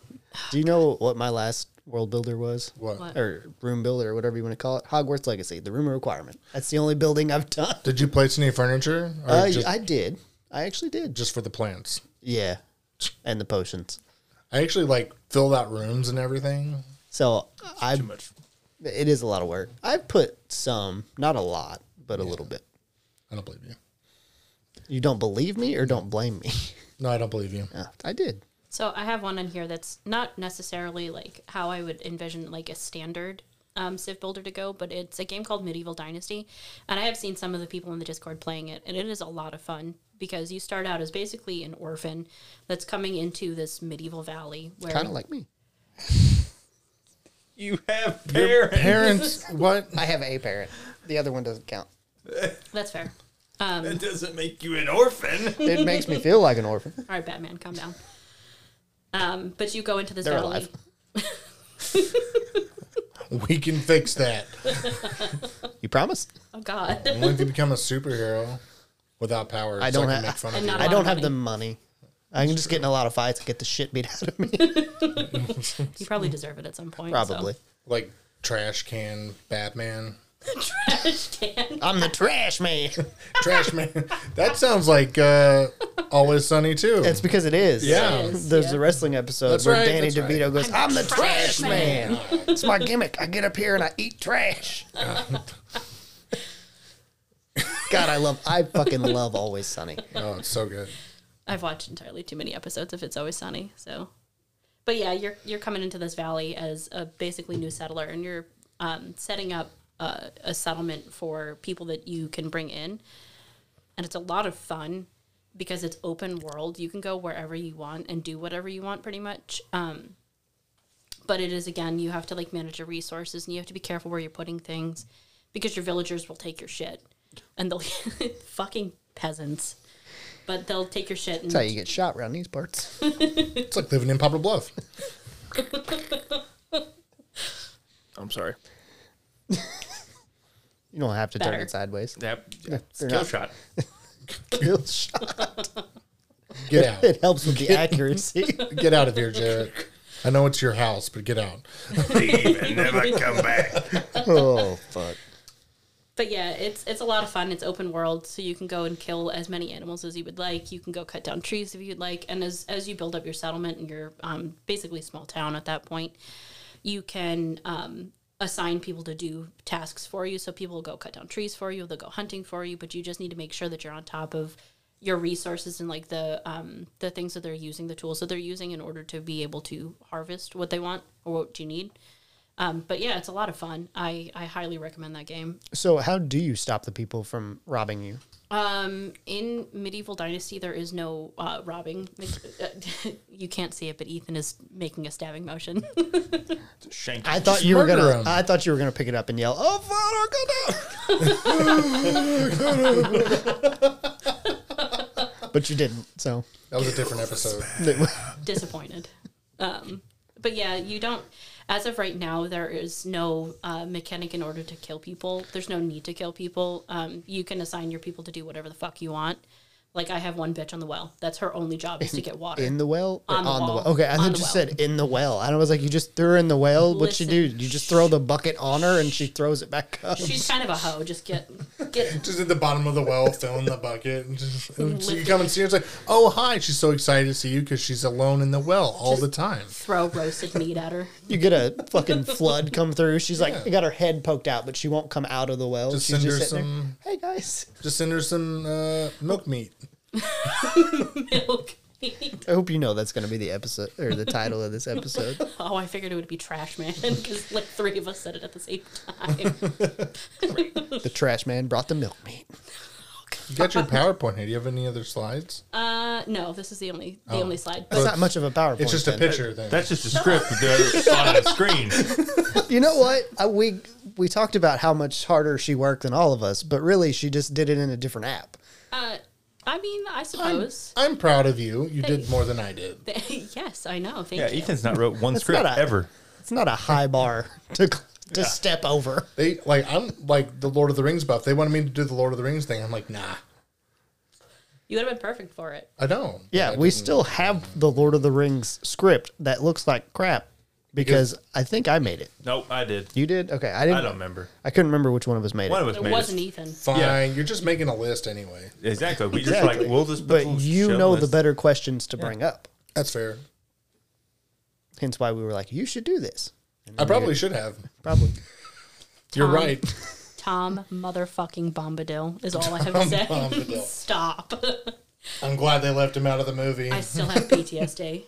Speaker 2: Do you know what my last world builder was?
Speaker 3: What?
Speaker 1: What?
Speaker 2: Or room builder, or whatever you want to call it. Hogwarts Legacy, the room requirement. That's the only building I've done.
Speaker 3: Did you place any furniture? Or
Speaker 2: Uh,
Speaker 3: just,
Speaker 2: I did. I actually did.
Speaker 3: just for the plants.
Speaker 2: Yeah, and the potions.
Speaker 3: I actually like filled out rooms and everything.
Speaker 2: So I,
Speaker 4: Too much.
Speaker 2: it is a lot of work. I put some, not a lot, but a little bit.
Speaker 3: I don't believe you.
Speaker 2: You don't believe me or don't blame me. [laughs]
Speaker 3: No, I don't believe you.
Speaker 2: Uh, I did.
Speaker 1: So I have one in here that's not necessarily like how I would envision like a standard um, Civ builder to go, but it's a game called Medieval Dynasty, and I have seen some of the people in the Discord playing it, and it is a lot of fun because you start out as basically an orphan that's coming into this medieval valley where
Speaker 2: Kind of like me.
Speaker 4: You have
Speaker 3: Your
Speaker 4: parents.
Speaker 3: parents, what?
Speaker 2: I have a parent. The other one doesn't count.
Speaker 1: that's fair.
Speaker 4: That doesn't make you an orphan.
Speaker 2: It makes me feel like an orphan.
Speaker 1: All right, Batman, calm down. Um, but you go into this
Speaker 2: They're
Speaker 1: valley.
Speaker 2: alive.
Speaker 3: We can fix that.
Speaker 2: You promise?
Speaker 1: Oh God. [laughs]
Speaker 3: Only if you become a superhero without powers,
Speaker 2: I don't
Speaker 3: I can
Speaker 2: have-
Speaker 3: make fun
Speaker 1: And
Speaker 3: of
Speaker 1: not
Speaker 2: I
Speaker 1: a lot
Speaker 2: don't
Speaker 1: of
Speaker 2: have the
Speaker 1: money.
Speaker 2: money. I can just get in a lot of fights and get the shit beat out
Speaker 1: [laughs]
Speaker 2: of me.
Speaker 1: You probably deserve it at some point. so. [laughs]
Speaker 2: Probably.
Speaker 3: you. Like trash can Batman.
Speaker 1: Trash can.
Speaker 2: I'm the trash man. [laughs]
Speaker 3: Trash man. That sounds like uh, Always Sunny too.
Speaker 2: That's because it is.
Speaker 3: Yeah. It
Speaker 1: is,
Speaker 2: There's
Speaker 1: yeah.
Speaker 2: a wrestling episode
Speaker 3: That's
Speaker 2: where
Speaker 3: right,
Speaker 2: Danny
Speaker 3: that's right.
Speaker 2: DeVito goes, I'm, the trash,
Speaker 1: trash
Speaker 2: man. it's my gimmick. I get up here and I eat trash. God, I love, I fucking love Always Sunny.
Speaker 3: oh, it's so good.
Speaker 1: I've watched entirely too many episodes of It's Always Sunny, so. But yeah, you're you're coming into this valley as a basically new settler, and you're um, setting up uh, a settlement for people that you can bring in, and it's a lot of fun because it's open world. You can go wherever you want and do whatever you want, pretty much. Um, but it is again, you have to like manage your resources, and you have to be careful where you're putting things, because your villagers will take your shit, and they'll [laughs] fucking peasants. But they'll take your shit and
Speaker 2: That's how you get shot around these parts.
Speaker 3: It's like living in Pablo Bluff.
Speaker 4: [laughs] I'm sorry.
Speaker 2: You don't have to turn
Speaker 1: Better.
Speaker 2: it sideways. [laughs]
Speaker 4: That
Speaker 2: they're
Speaker 4: skill
Speaker 2: not.
Speaker 4: shot.
Speaker 2: Kill shot.
Speaker 3: Get out.
Speaker 2: It helps with
Speaker 3: [laughs]
Speaker 2: the accuracy.
Speaker 3: Get out of here, Jared. I know it's your house, but get out.
Speaker 4: Leave and never come back.
Speaker 2: oh, fuck.
Speaker 1: But yeah, it's it's a lot of fun. It's open world, so you can go and kill as many animals as you would like. You can go cut down trees if you'd like. And as as you build up your settlement and your um, basically small town at that point, you can um, assign people to do tasks for you. So people will go cut down trees for you. They'll go hunting for you. But you just need to make sure that you're on top of your resources and like the um, the things that they're using, the tools that they're using in order to be able to harvest what they want or what you need Um, but yeah, it's a lot of fun. I, I highly recommend that game.
Speaker 2: So, how do you stop the people from robbing you?
Speaker 1: Um, in Medieval Dynasty, there is no uh, robbing. [laughs] Uh, you can't see it, but Ethan is making a stabbing motion. [laughs]
Speaker 4: Shank.
Speaker 2: I thought you were
Speaker 3: murder
Speaker 2: gonna.
Speaker 3: 'em.
Speaker 2: I thought you were gonna pick it up and yell, "Oh, Father, go down!" but you didn't. So
Speaker 3: That was a different episode.
Speaker 1: disappointed. Um, but yeah, you don't. As of right now, there is no uh, mechanic in order to kill people. There's no need to kill people. Um, you can assign your people to do whatever the fuck you want. Like I have one bitch on the well. That's her only job is to get water.
Speaker 2: in the well, or
Speaker 1: On the
Speaker 2: well.
Speaker 1: wall.
Speaker 2: Okay, I
Speaker 1: On
Speaker 2: thought you
Speaker 1: the
Speaker 2: just
Speaker 1: well.
Speaker 2: said in the well, and I was like, you just threw her in the well. What you do?
Speaker 1: Listen.
Speaker 2: You just throw the bucket on her, and she throws it back up.
Speaker 1: She's kind of a hoe. Just get get.
Speaker 3: Just at the bottom of the well, filling the bucket. And just, and so you come and see her. It's like, oh, hi. She's so excited to see you because she's alone in the well all the time.
Speaker 1: Throw roasted meat at her. [laughs]
Speaker 2: You get a fucking flood come through. She's like, got her head poked out, but she won't come out of the well.
Speaker 3: Just
Speaker 2: Oh, She's
Speaker 3: send her
Speaker 2: sitting
Speaker 3: some-
Speaker 2: There. Hey guys,
Speaker 3: Just send her some uh, milk meat.
Speaker 1: Milk.
Speaker 2: I hope you know that's going to be the episode or the title of this episode.
Speaker 1: [laughs] Oh, I figured it would be trash man [laughs] because like three of us said it at the same time.
Speaker 2: [laughs] the trash man brought the milk meat.
Speaker 3: You got your PowerPoint here. Do you have any other slides?
Speaker 1: Uh, no, this is the only the only slide.
Speaker 2: That's not much of a PowerPoint.
Speaker 3: it's just a
Speaker 2: then.
Speaker 3: picture thing.
Speaker 4: That's just a script with the other on a [laughs] screen.
Speaker 2: You know what? I, we we talked about how much harder she worked than all of us, but really she just did it in a different app.
Speaker 1: Uh, I mean, I suppose.
Speaker 3: I'm proud of you. You did
Speaker 1: Thanks.
Speaker 3: more than I did.
Speaker 1: [laughs] yes, I know. Thank
Speaker 4: Yeah,
Speaker 1: you.
Speaker 4: Ethan's not wrote one
Speaker 2: That's
Speaker 4: script
Speaker 2: not a-
Speaker 4: ever.
Speaker 2: It's not a [laughs] high bar to to step over.
Speaker 3: They like I'm like the Lord of the Rings buff. They wanted me to do the Lord of the Rings thing. I'm like, nah,
Speaker 1: You would have been perfect for it.
Speaker 3: I don't.
Speaker 2: Yeah,
Speaker 3: I
Speaker 2: we
Speaker 3: didn't.
Speaker 2: still have the Lord of the Rings script that looks like crap because I think I made it.
Speaker 4: Nope, I did.
Speaker 2: You did? Okay, I didn't.
Speaker 4: I don't remember.
Speaker 2: I couldn't remember which one of us made
Speaker 4: One
Speaker 2: it.
Speaker 4: of us
Speaker 1: It
Speaker 4: made
Speaker 1: wasn't
Speaker 4: it.
Speaker 1: Ethan.
Speaker 3: fine.
Speaker 4: Yeah.
Speaker 3: You're just making a list anyway.
Speaker 4: Exactly. We just
Speaker 2: Exactly.
Speaker 4: like we'll just put
Speaker 2: But
Speaker 4: little
Speaker 2: you
Speaker 4: shit
Speaker 2: know the
Speaker 4: lists.
Speaker 2: better questions to bring up.
Speaker 3: That's fair.
Speaker 2: Hence why we were like, you should do this.
Speaker 3: I probably should have.
Speaker 2: Probably.
Speaker 3: You're
Speaker 1: Tom.
Speaker 3: right.
Speaker 1: Tom motherfucking Bombadil is all I have to say.
Speaker 3: Bombadil.
Speaker 1: [laughs] Stop.
Speaker 3: I'm glad they left him out of the movie.
Speaker 1: I still have PTSD.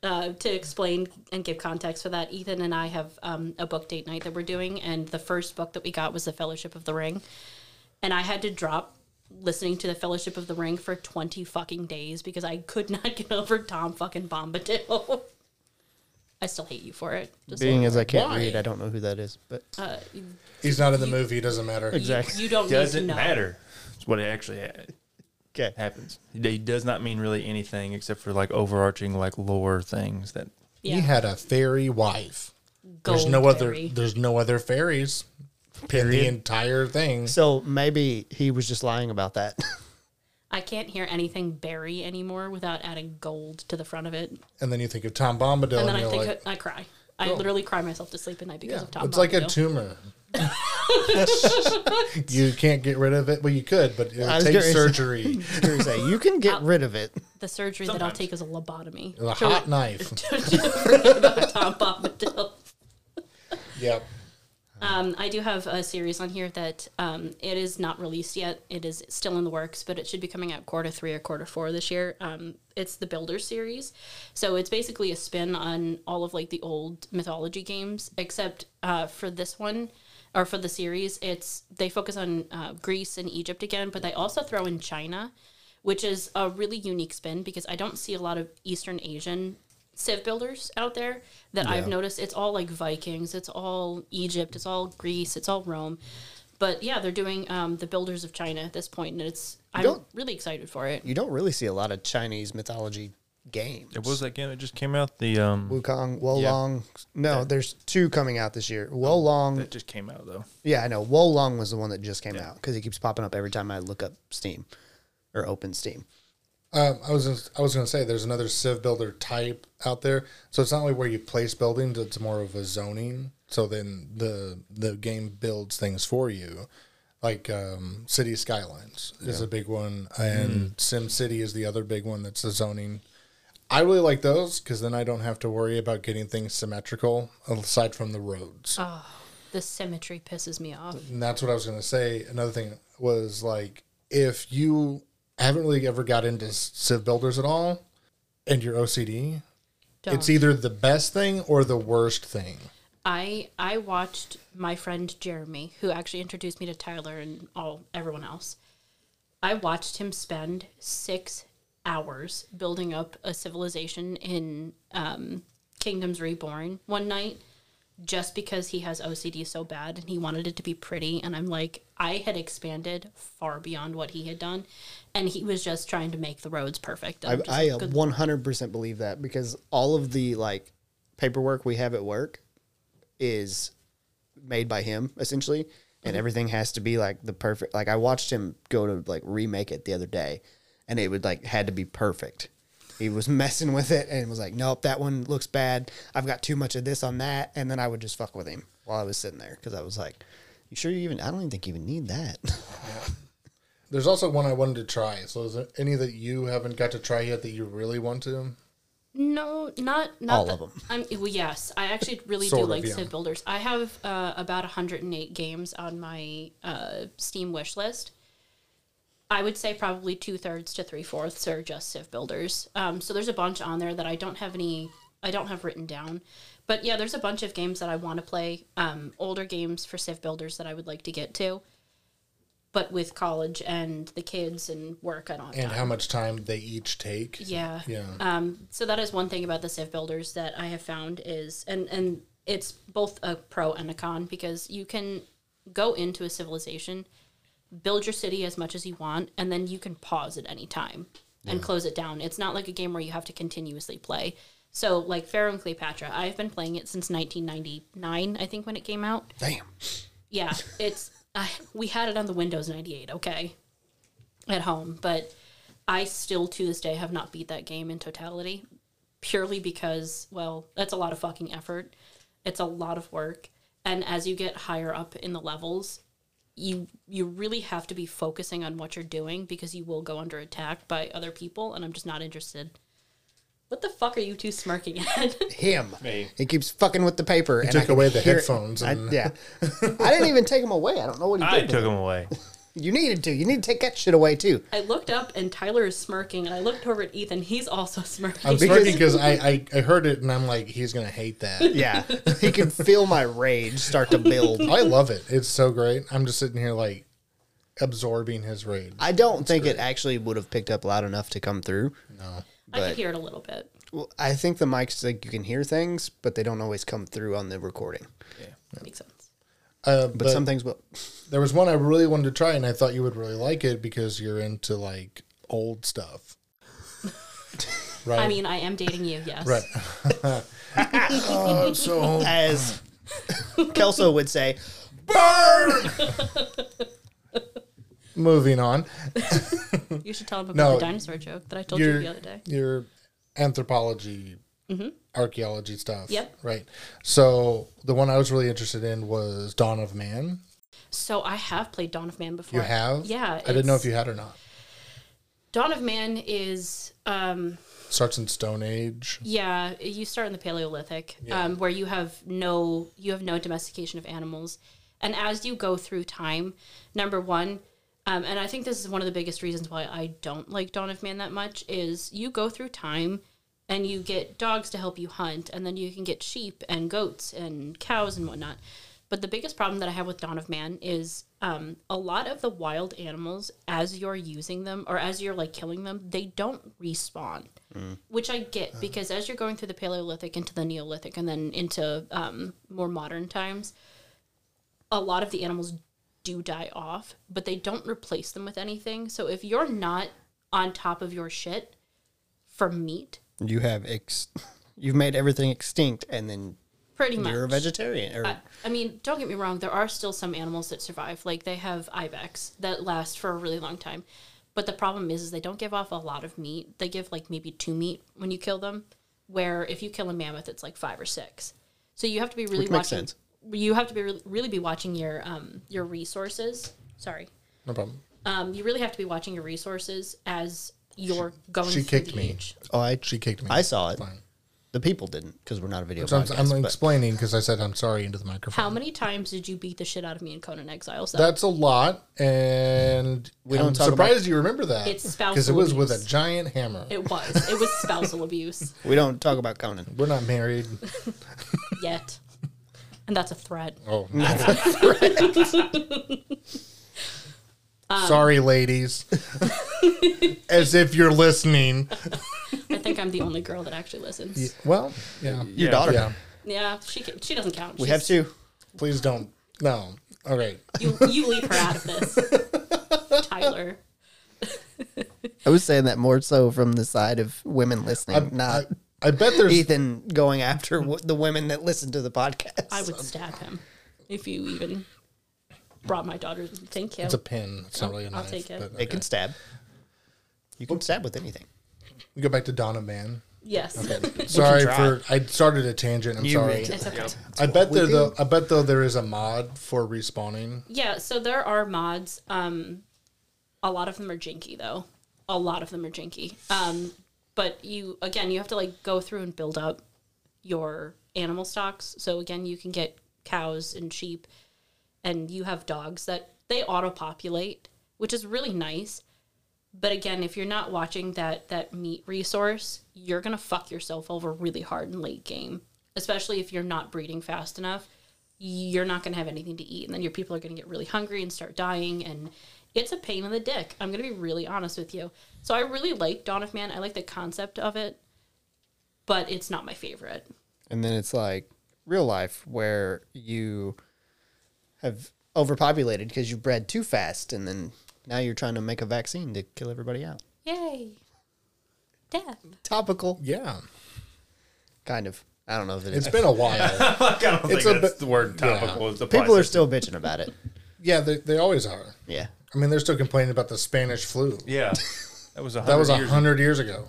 Speaker 1: Uh, to explain and give context for that, Ethan and I have um, a book date night that we're doing, and the first book that we got was The Fellowship of the Ring, and I had to drop listening to The Fellowship of the Ring for twenty fucking days because I could not get over Tom fucking Bombadil. [laughs] I still hate you for it. Just
Speaker 2: Being as I can't
Speaker 3: Why?
Speaker 2: read, I don't know who that is. But
Speaker 3: He's not in the movie. It doesn't matter.
Speaker 1: you-
Speaker 2: Exactly.
Speaker 1: You, don't need
Speaker 4: doesn't
Speaker 1: to know.
Speaker 4: matter. It's what it actually ha-
Speaker 2: okay.
Speaker 4: happens. It does not mean really anything except for like overarching like lore things that
Speaker 1: Yeah.
Speaker 3: He had a fairy wife. There's
Speaker 1: Gold
Speaker 3: no other.
Speaker 1: berry.
Speaker 3: There's no other fairies. In the entire thing.
Speaker 2: So maybe he was just lying about that. [laughs]
Speaker 1: I can't hear anything berry anymore without adding gold to the front of it.
Speaker 3: And then you think of Tom Bombadil,
Speaker 1: And
Speaker 3: and,
Speaker 1: then I
Speaker 3: you're
Speaker 1: think
Speaker 3: like,
Speaker 1: I cry. I literally cry myself to sleep at night because
Speaker 3: yeah,
Speaker 1: of Tom.
Speaker 3: it's like a
Speaker 1: Bombadil.
Speaker 3: tumor.
Speaker 2: [laughs]
Speaker 3: you can't get rid of it. Well, you could, but
Speaker 2: [laughs]
Speaker 3: it
Speaker 2: I
Speaker 3: would
Speaker 2: was
Speaker 3: take
Speaker 2: gonna say-
Speaker 3: surgery.
Speaker 2: Gonna say, you can get rid of it.
Speaker 1: the surgery that I'll take is a lobotomy.
Speaker 3: A
Speaker 1: [laughs]
Speaker 2: [laughs]
Speaker 3: hot knife.
Speaker 1: Tom Bombadil.
Speaker 3: yep.
Speaker 1: Um, I do have a series on here that um, it is not released yet. It is still in the works, but it should be coming out quarter three or quarter four this year. Um, it's the Builder series, so it's basically a spin on all of like the old mythology games, except uh, for this one or for the series, it's they focus on uh, Greece and Egypt again, but they also throw in China, which is a really unique spin because I don't see a lot of Eastern Asian civ builders out there that I've noticed. It's all like Vikings, it's all Egypt, it's all Greece, it's all Rome. But yeah, they're doing um, the builders of China at this point, and it's I'm
Speaker 2: don't-
Speaker 1: really excited for it.
Speaker 2: You don't really see a lot of Chinese mythology games.
Speaker 4: it was that game that just came out. The um
Speaker 2: Wukong, Wolong. No, there's two coming out this year. Wolong.
Speaker 4: that just came out though.
Speaker 2: Yeah, I know. Wolong was the one that just came out because it keeps popping up every time I look up Steam or open Steam.
Speaker 3: Um, I was gonna, I was going to say there's another civ builder type out there, so it's not only where you place buildings; it's more of a zoning. So then the the game builds things for you, like um, City Skylines is a big one, and Sim City is the other big one that's the zoning. I really like those because then I don't have to worry about getting things symmetrical aside from the roads.
Speaker 1: The symmetry pisses me off.
Speaker 3: And that's what I was going to say. Another thing was like, if you haven't really ever got into Civ Builders at all and you're OCD,
Speaker 1: Don't.
Speaker 3: it's either the best thing or the worst thing.
Speaker 1: I I watched my friend Jeremy, who actually introduced me to Tyler and all everyone else. I watched him spend six hours building up a civilization in um, Kingdoms Reborn one night, just because he has OCD so bad and he wanted it to be pretty. And I'm like, I had expanded far beyond what he had done, and he was just trying to make the roads perfect. I'm
Speaker 2: I,
Speaker 1: just
Speaker 2: I
Speaker 1: like,
Speaker 2: uh,
Speaker 1: good
Speaker 2: 100% believe that because all of the like paperwork we have at work is made by him essentially and
Speaker 1: Mm-hmm.
Speaker 2: everything has to be like the perfect like I watched him go to like remake it the other day and it would like had to be perfect. He was [laughs] messing with it and was like, "Nope, that one looks bad. I've got too much of this on that." And then I would just fuck with him while I was sitting there cuz I was like, "You sure you even I don't even think you even need that." [laughs]
Speaker 3: There's also one I wanted to try. So is there any that you haven't got to try yet that you really want to?
Speaker 1: No, not not
Speaker 2: All
Speaker 1: the-
Speaker 2: of 'em.
Speaker 1: I'm well, yes, I actually really do
Speaker 3: Sort of,
Speaker 1: like
Speaker 3: yeah.
Speaker 1: Civ Builders. I have uh, about 108 games on my uh, Steam wish list. I would say probably two thirds to three fourths are just Civ Builders. Um, so there's a bunch on there that I don't have any, I don't have written down. But yeah, there's a bunch of games that I want to play. Um, older games for Civ Builders that I would like to get to. But with college and the kids and work, I don't have
Speaker 3: And
Speaker 1: time.
Speaker 3: how much time they each take?
Speaker 1: Yeah.
Speaker 3: Yeah.
Speaker 1: Um, so that is one thing about the Civ builders that I have found is, and and it's both a pro and a con because you can go into a civilization, build your city as much as you want, and then you can pause at any time and close it down. It's not like a game where you have to continuously play. So like Pharaoh and Cleopatra, I've been playing it since 1999, I think when it came out.
Speaker 2: Damn.
Speaker 1: Yeah, it's I, we had it on the Windows 98, okay, at home, but I still to this day have not beat that game in totality, purely because well, that's a lot of fucking effort. It's a lot of work, and as you get higher up in the levels, you you really have to be focusing on what you're doing because you will go under attack by other people, and I'm just not interested. What the fuck are you two smirking at? [laughs]
Speaker 2: him. He keeps fucking with the paper. and
Speaker 3: took
Speaker 2: I can
Speaker 3: away the
Speaker 2: hear it.
Speaker 3: headphones
Speaker 2: I-
Speaker 3: and- [laughs]
Speaker 2: yeah, I didn't even take him away. I don't know what he
Speaker 4: I
Speaker 2: did.
Speaker 4: took them away.
Speaker 2: You needed to. You need to take that shit away too.
Speaker 1: I looked up and Tyler is smirking, and I looked over at Ethan. He's also smirking.
Speaker 3: I'm smirking because I, I I heard it and I'm like he's gonna hate
Speaker 1: [laughs]
Speaker 3: that.
Speaker 2: Yeah, [laughs] he can feel my rage start to build.
Speaker 3: [laughs] I love it. It's so great. I'm just sitting here like absorbing his rage.
Speaker 2: I don't think it actually would have picked up loud enough to come through. No,
Speaker 1: I
Speaker 2: but
Speaker 1: could hear it a little bit.
Speaker 2: well, I think the mics like you can hear things, but they don't always come through on the recording.
Speaker 1: Makes sense.
Speaker 3: Uh,
Speaker 2: But, some things will.
Speaker 3: there was one I really wanted to try, and I thought you would really like it because you're into like old stuff.
Speaker 1: [laughs]
Speaker 3: right.
Speaker 1: I mean, I am dating you, yes.
Speaker 3: right. oh, I'm
Speaker 1: [laughs]
Speaker 3: so [laughs] old.
Speaker 2: As [laughs] Kelso would say,
Speaker 3: Moving on.
Speaker 1: You should tell him about
Speaker 3: No.
Speaker 1: the dinosaur joke that I told you
Speaker 3: Your
Speaker 1: the other day. Mm-hmm.
Speaker 3: your anthropology, archaeology stuff.
Speaker 1: Yep.
Speaker 3: Right. So the one I was really interested in was Dawn of Man.
Speaker 1: So I have played Dawn of Man before.
Speaker 3: You have?
Speaker 1: Yeah.
Speaker 3: I didn't know
Speaker 1: it's-
Speaker 3: if you had or not.
Speaker 1: Dawn of Man is, um,
Speaker 3: Starts in Stone Age.
Speaker 1: yeah, you start in the Paleolithic, um, where you have no you have no domestication of animals, and as you go through time, number one. Um, and I think this is one of the biggest reasons why I don't like Dawn of Man that much is you go through time and you get dogs to help you hunt, and then you can get sheep and goats and cows and whatnot. But the biggest problem that I have with Dawn of Man is um, a lot of the wild animals, as you're using them or as you're like killing them, they don't respawn, which I
Speaker 2: Uh-huh.
Speaker 1: get because as you're going through the Paleolithic into the Neolithic and then into um, more modern times, a lot of the animals do die off, but they don't replace them with anything. So if you're not on top of your shit for meat,
Speaker 2: "You have ex, you've made everything extinct, and then
Speaker 1: pretty much
Speaker 2: you're a vegetarian." Or
Speaker 1: I mean, don't get me wrong, there are still some animals that survive. Like they have ibex that last for a really long time. But the problem is, is they don't give off a lot of meat. They give like maybe two meat when you kill them, where if you kill a mammoth, it's like five or six. So you have to be really
Speaker 2: Which
Speaker 1: watching.
Speaker 2: makes sense.
Speaker 1: You have to be re- really be watching your um your resources. Sorry,
Speaker 3: No problem.
Speaker 1: um, you really have to be watching your resources as you're going.
Speaker 3: she
Speaker 1: through
Speaker 3: kicked
Speaker 1: the
Speaker 3: me.
Speaker 1: Age.
Speaker 2: oh, I
Speaker 3: She kicked me.
Speaker 2: I saw it.
Speaker 3: Fine.
Speaker 2: The people didn't because we're not a video
Speaker 3: So I'm,
Speaker 2: podcast.
Speaker 3: I'm
Speaker 2: but-
Speaker 3: explaining because I said I'm sorry into the microphone.
Speaker 1: How many times did you beat the shit out of me in Conan Exiles? though?
Speaker 3: That's a lot, and
Speaker 2: We
Speaker 3: I'm
Speaker 2: don't talk
Speaker 3: surprised you remember that.
Speaker 1: It's spousal
Speaker 3: because it was with
Speaker 1: abuse.
Speaker 3: a giant hammer.
Speaker 1: it was. It was
Speaker 3: [laughs]
Speaker 1: spousal abuse. [laughs]
Speaker 2: we don't talk about Conan.
Speaker 3: We're not married.
Speaker 1: yet. And that's a threat.
Speaker 3: Oh, [laughs]
Speaker 1: Um, [laughs]
Speaker 3: sorry, ladies. As if you're listening.
Speaker 1: I think I'm the only girl that actually listens. Yeah,
Speaker 3: Well, yeah,
Speaker 2: Your
Speaker 4: Yeah.
Speaker 2: daughter.
Speaker 3: yeah.
Speaker 1: she ca- she doesn't count.
Speaker 2: We
Speaker 1: She's-
Speaker 2: have two.
Speaker 3: Please don't. No. All right.
Speaker 1: You, you leave her out of this, Tyler.
Speaker 2: I was saying that more so from the side of women listening,
Speaker 3: I,
Speaker 2: [laughs] not
Speaker 3: I bet there's.
Speaker 2: Ethan going after w- the women that listen to the podcast.
Speaker 1: I would stab him if you even brought my daughter. Thank you.
Speaker 3: It's a pin. It's not really a
Speaker 1: I'll
Speaker 3: knife.
Speaker 1: take it.
Speaker 3: but
Speaker 2: They
Speaker 3: okay.
Speaker 2: can stab. You can stab with anything.
Speaker 3: We go back to Donna Man.
Speaker 1: yes.
Speaker 3: Sorry
Speaker 2: try.
Speaker 3: for I started a tangent. I'm
Speaker 2: You
Speaker 3: sorry.
Speaker 2: really-
Speaker 1: It's okay.
Speaker 3: I bet
Speaker 2: we
Speaker 3: there though. I bet though there is a mod for respawning.
Speaker 1: Yeah, so there are mods. Um, a lot of them are janky though. A lot of them are janky. Um, but you again, you have to like go through and build up your animal stocks. So again, you can get cows and sheep, and you have dogs that they auto populate, which is really nice. But again, if you're not watching that that meat resource, you're gonna fuck yourself over really hard in late game. Especially if you're not breeding fast enough, you're not gonna have anything to eat, and then your people are gonna get really hungry and start dying, and it's a pain in the dick. I'm gonna be really honest with you. So I really like Dawn of Man. I like the concept of it, but it's not my favorite.
Speaker 2: And then it's like real life where you have overpopulated because you bred too fast, and then now you're trying to make a vaccine to kill everybody out.
Speaker 1: Yay, death.
Speaker 2: Topical,
Speaker 3: Yeah,
Speaker 2: kind of. I don't know if it
Speaker 3: it's
Speaker 2: is.
Speaker 3: been a while.
Speaker 4: Like, [laughs] I don't
Speaker 3: It's
Speaker 4: think
Speaker 3: a
Speaker 4: that's
Speaker 3: bit-
Speaker 4: the word
Speaker 3: yeah.
Speaker 4: topical. is applies
Speaker 2: People are
Speaker 4: to-
Speaker 2: still bitching about it.
Speaker 3: yeah, they, they always are.
Speaker 2: Yeah.
Speaker 3: I mean, they're still complaining about the Spanish flu.
Speaker 4: [laughs] Yeah, that was a
Speaker 3: That was a
Speaker 4: years.
Speaker 3: hundred years ago.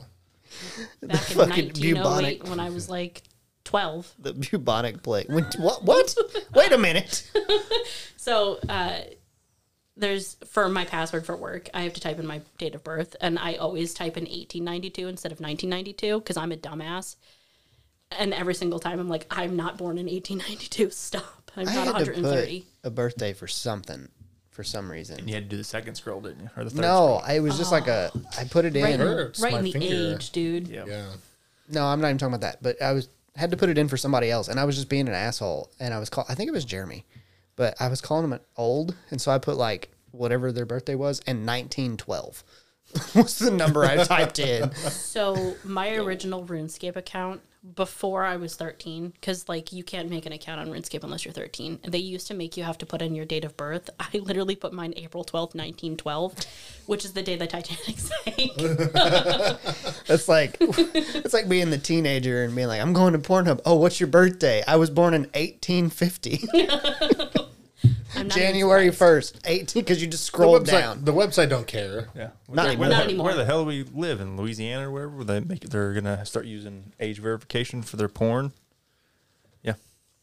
Speaker 1: Back in
Speaker 2: fucking
Speaker 1: 1908,
Speaker 2: bubonic-
Speaker 1: when I was like 12.
Speaker 2: The [laughs] bubonic plague. When, what? What? Wait a minute.
Speaker 1: So uh, there's for my password for work, I have to type in my date of birth, and I always type in 1892 instead of 1992 because I'm a dumbass. And every single time, I'm like, I'm not born in 1892. Stop. I'm not
Speaker 2: I had to put
Speaker 1: 130.
Speaker 2: a birthday for something for some reason.
Speaker 4: You had to do the second scroll, didn't you, or the third?
Speaker 2: No, I was just like a. I put it in.
Speaker 1: Right, in-
Speaker 3: hurts
Speaker 1: right
Speaker 3: my
Speaker 1: in the
Speaker 3: finger.
Speaker 1: age, dude.
Speaker 4: Yeah.
Speaker 3: Yeah,
Speaker 2: No, I'm not even talking about that. But I was had to put it in for somebody else, and I was just being an asshole. And I was call I think it was Jeremy, but I was calling him an old, and so I put like whatever their birthday was, and 1912 [laughs] was the number I typed in.
Speaker 1: So my original RuneScape account before I was 13, because like you can't make an account on RuneScape unless you're 13. They used to make you have to put in your date of birth. [laughs] I literally put mine April 12th, 1912, which is the day the Titanic [laughs] sank.
Speaker 2: It's like [laughs] it's like being the teenager and being like, I'm going to Pornhub. Oh, what's your birthday? I was born in 1850,
Speaker 1: I'm not even-
Speaker 2: January 1st, 18. Because you just
Speaker 3: the
Speaker 2: scroll
Speaker 3: website.
Speaker 2: down.
Speaker 3: The website don't care.
Speaker 4: Yeah.
Speaker 2: Not anymore.
Speaker 4: where, the,
Speaker 1: Not
Speaker 4: hell-
Speaker 1: anymore.
Speaker 4: Where the hell do we live in Louisiana or wherever? Where they make they're gonna start using age verification for their porn.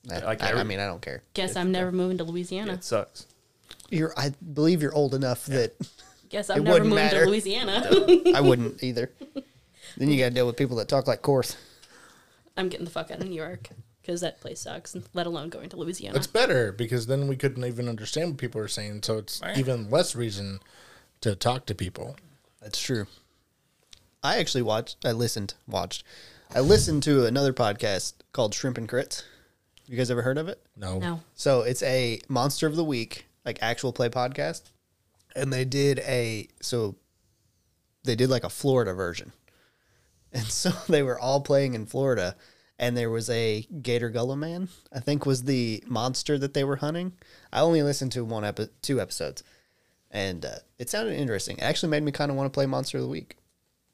Speaker 4: Yeah,
Speaker 2: I,
Speaker 4: Like
Speaker 2: I- I
Speaker 4: every-
Speaker 2: mean, I don't care.
Speaker 1: Guess I'm never moving to Louisiana.
Speaker 4: it sucks.
Speaker 2: You're, I believe you're old enough that.
Speaker 1: Guess I'm
Speaker 2: It
Speaker 1: never
Speaker 2: wouldn't
Speaker 1: moving
Speaker 2: matter.
Speaker 1: to Louisiana.
Speaker 2: I wouldn't [laughs] either. Then you got to deal with people that talk like Korth.
Speaker 1: [laughs] I'm getting the fuck out of New York because that place sucks, let alone going to Louisiana.
Speaker 3: It's better because then we couldn't even understand what people are saying, so it's even less reason to talk to people.
Speaker 2: That's true. I actually watched, I listened, watched, I listened to another podcast called Shrimp and Crits. You guys ever heard of it?
Speaker 3: No.
Speaker 1: no.
Speaker 2: So it's a monster of the week, like actual play podcast. And they did a, so they did like a Florida version. [laughs] And so they were all playing in Florida. And there was a Gator Gullah Man, I think was the monster that they were hunting. I only listened to one epi- two episodes. And uh, it sounded interesting. It actually made me kind of want to play Monster of the Week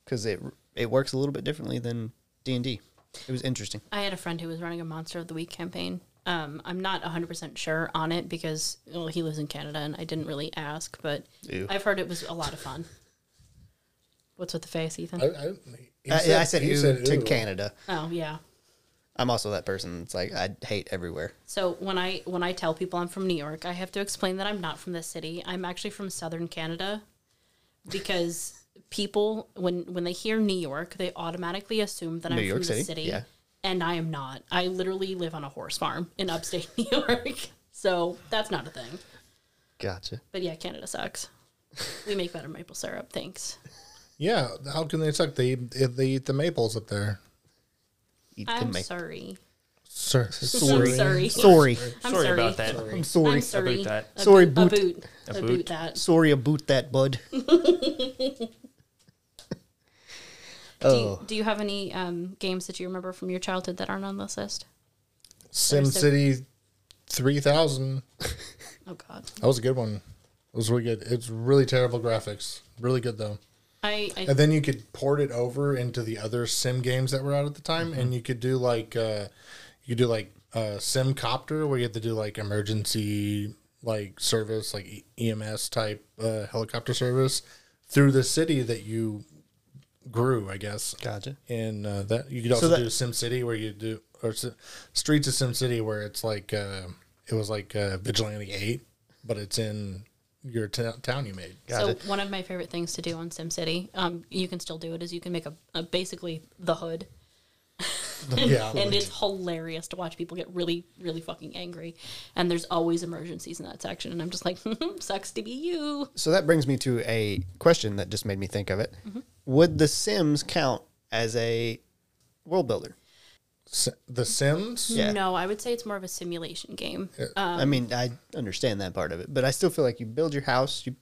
Speaker 2: because it, it works a little bit differently than D&D. It was interesting.
Speaker 1: I had a friend who was running a Monster of the Week campaign. Um, I'm not 100% sure on it because well, he lives in Canada and I didn't really ask, but
Speaker 2: Ew.
Speaker 1: I've heard it was a lot of fun. What's with the face, Ethan?
Speaker 3: I, I, he
Speaker 2: I Uh, I said,
Speaker 3: he
Speaker 2: "Ooh," to
Speaker 3: "Ooh."
Speaker 2: Canada.
Speaker 1: oh, yeah.
Speaker 2: I'm also that person that's like I hate everywhere.
Speaker 1: So when I when I tell people I'm from New York, I have to explain that I'm not from this city. I'm actually from southern Canada because people when when they hear New York, they automatically assume that
Speaker 2: New
Speaker 1: I'm
Speaker 2: York
Speaker 1: from
Speaker 2: City?
Speaker 1: the city.
Speaker 2: Yeah.
Speaker 1: And I am not. I literally live on a horse farm in upstate [laughs] New York. So that's not a thing.
Speaker 2: Gotcha.
Speaker 1: But yeah, Canada sucks. We make better maple syrup. Thanks.
Speaker 3: Yeah, how can they suck? They they eat the maples up there.
Speaker 2: Eat the
Speaker 1: I'm
Speaker 2: ma-
Speaker 1: sorry.
Speaker 3: Sir,
Speaker 1: Sorry. Sorry.
Speaker 2: Sorry.
Speaker 1: I'm
Speaker 4: sorry,
Speaker 1: sorry.
Speaker 4: about that.
Speaker 2: I'm sorry.
Speaker 1: I'm sorry.
Speaker 4: boot that.
Speaker 1: A
Speaker 2: Sorry,
Speaker 1: boot.
Speaker 2: boot.
Speaker 1: A boot.
Speaker 4: A
Speaker 1: A boot.
Speaker 4: boot.
Speaker 1: that.
Speaker 2: Sorry about that,
Speaker 1: [laughs]
Speaker 2: bud.
Speaker 1: Do, you,
Speaker 2: oh,
Speaker 1: do you have any um, games that you remember from your childhood that aren't on this list?
Speaker 3: Sim City 3000.
Speaker 1: Oh God,
Speaker 3: That was a good one. It was really good. It's really terrible graphics. Really good though.
Speaker 1: I, I
Speaker 3: And then you could port it over into the other sim games that were out at the time, and you could do like uh, you could do like uh, sim copter where you had to do like emergency like service, like E- EMS type uh, helicopter service through the city that you grew, I guess.
Speaker 2: gotcha.
Speaker 3: And uh, that you could also
Speaker 2: that-
Speaker 3: do Sim City where you do or S- Streets of Sim City where it's like uh, it was like uh, Vigilante Eight, but it's in your t- town you made.
Speaker 1: so one of my favorite things to do on SimCity, um, you can still do it, is you can make a, a basically the hood,
Speaker 3: [laughs]
Speaker 1: [laughs]
Speaker 3: yeah,
Speaker 1: and it's hilarious to watch people get really, really fucking angry. And there's always emergencies in that section, and I'm just like, [laughs] sucks to be you.
Speaker 2: So that brings me to a question that just made me think of it.
Speaker 1: Mm-hmm.
Speaker 2: Would The Sims count as a world builder?
Speaker 3: S- the Sims.
Speaker 2: Yeah.
Speaker 1: No, I would say it's more of a simulation game. Uh, Um,
Speaker 2: I mean, I understand that part of it, but I still feel like you build your house. You,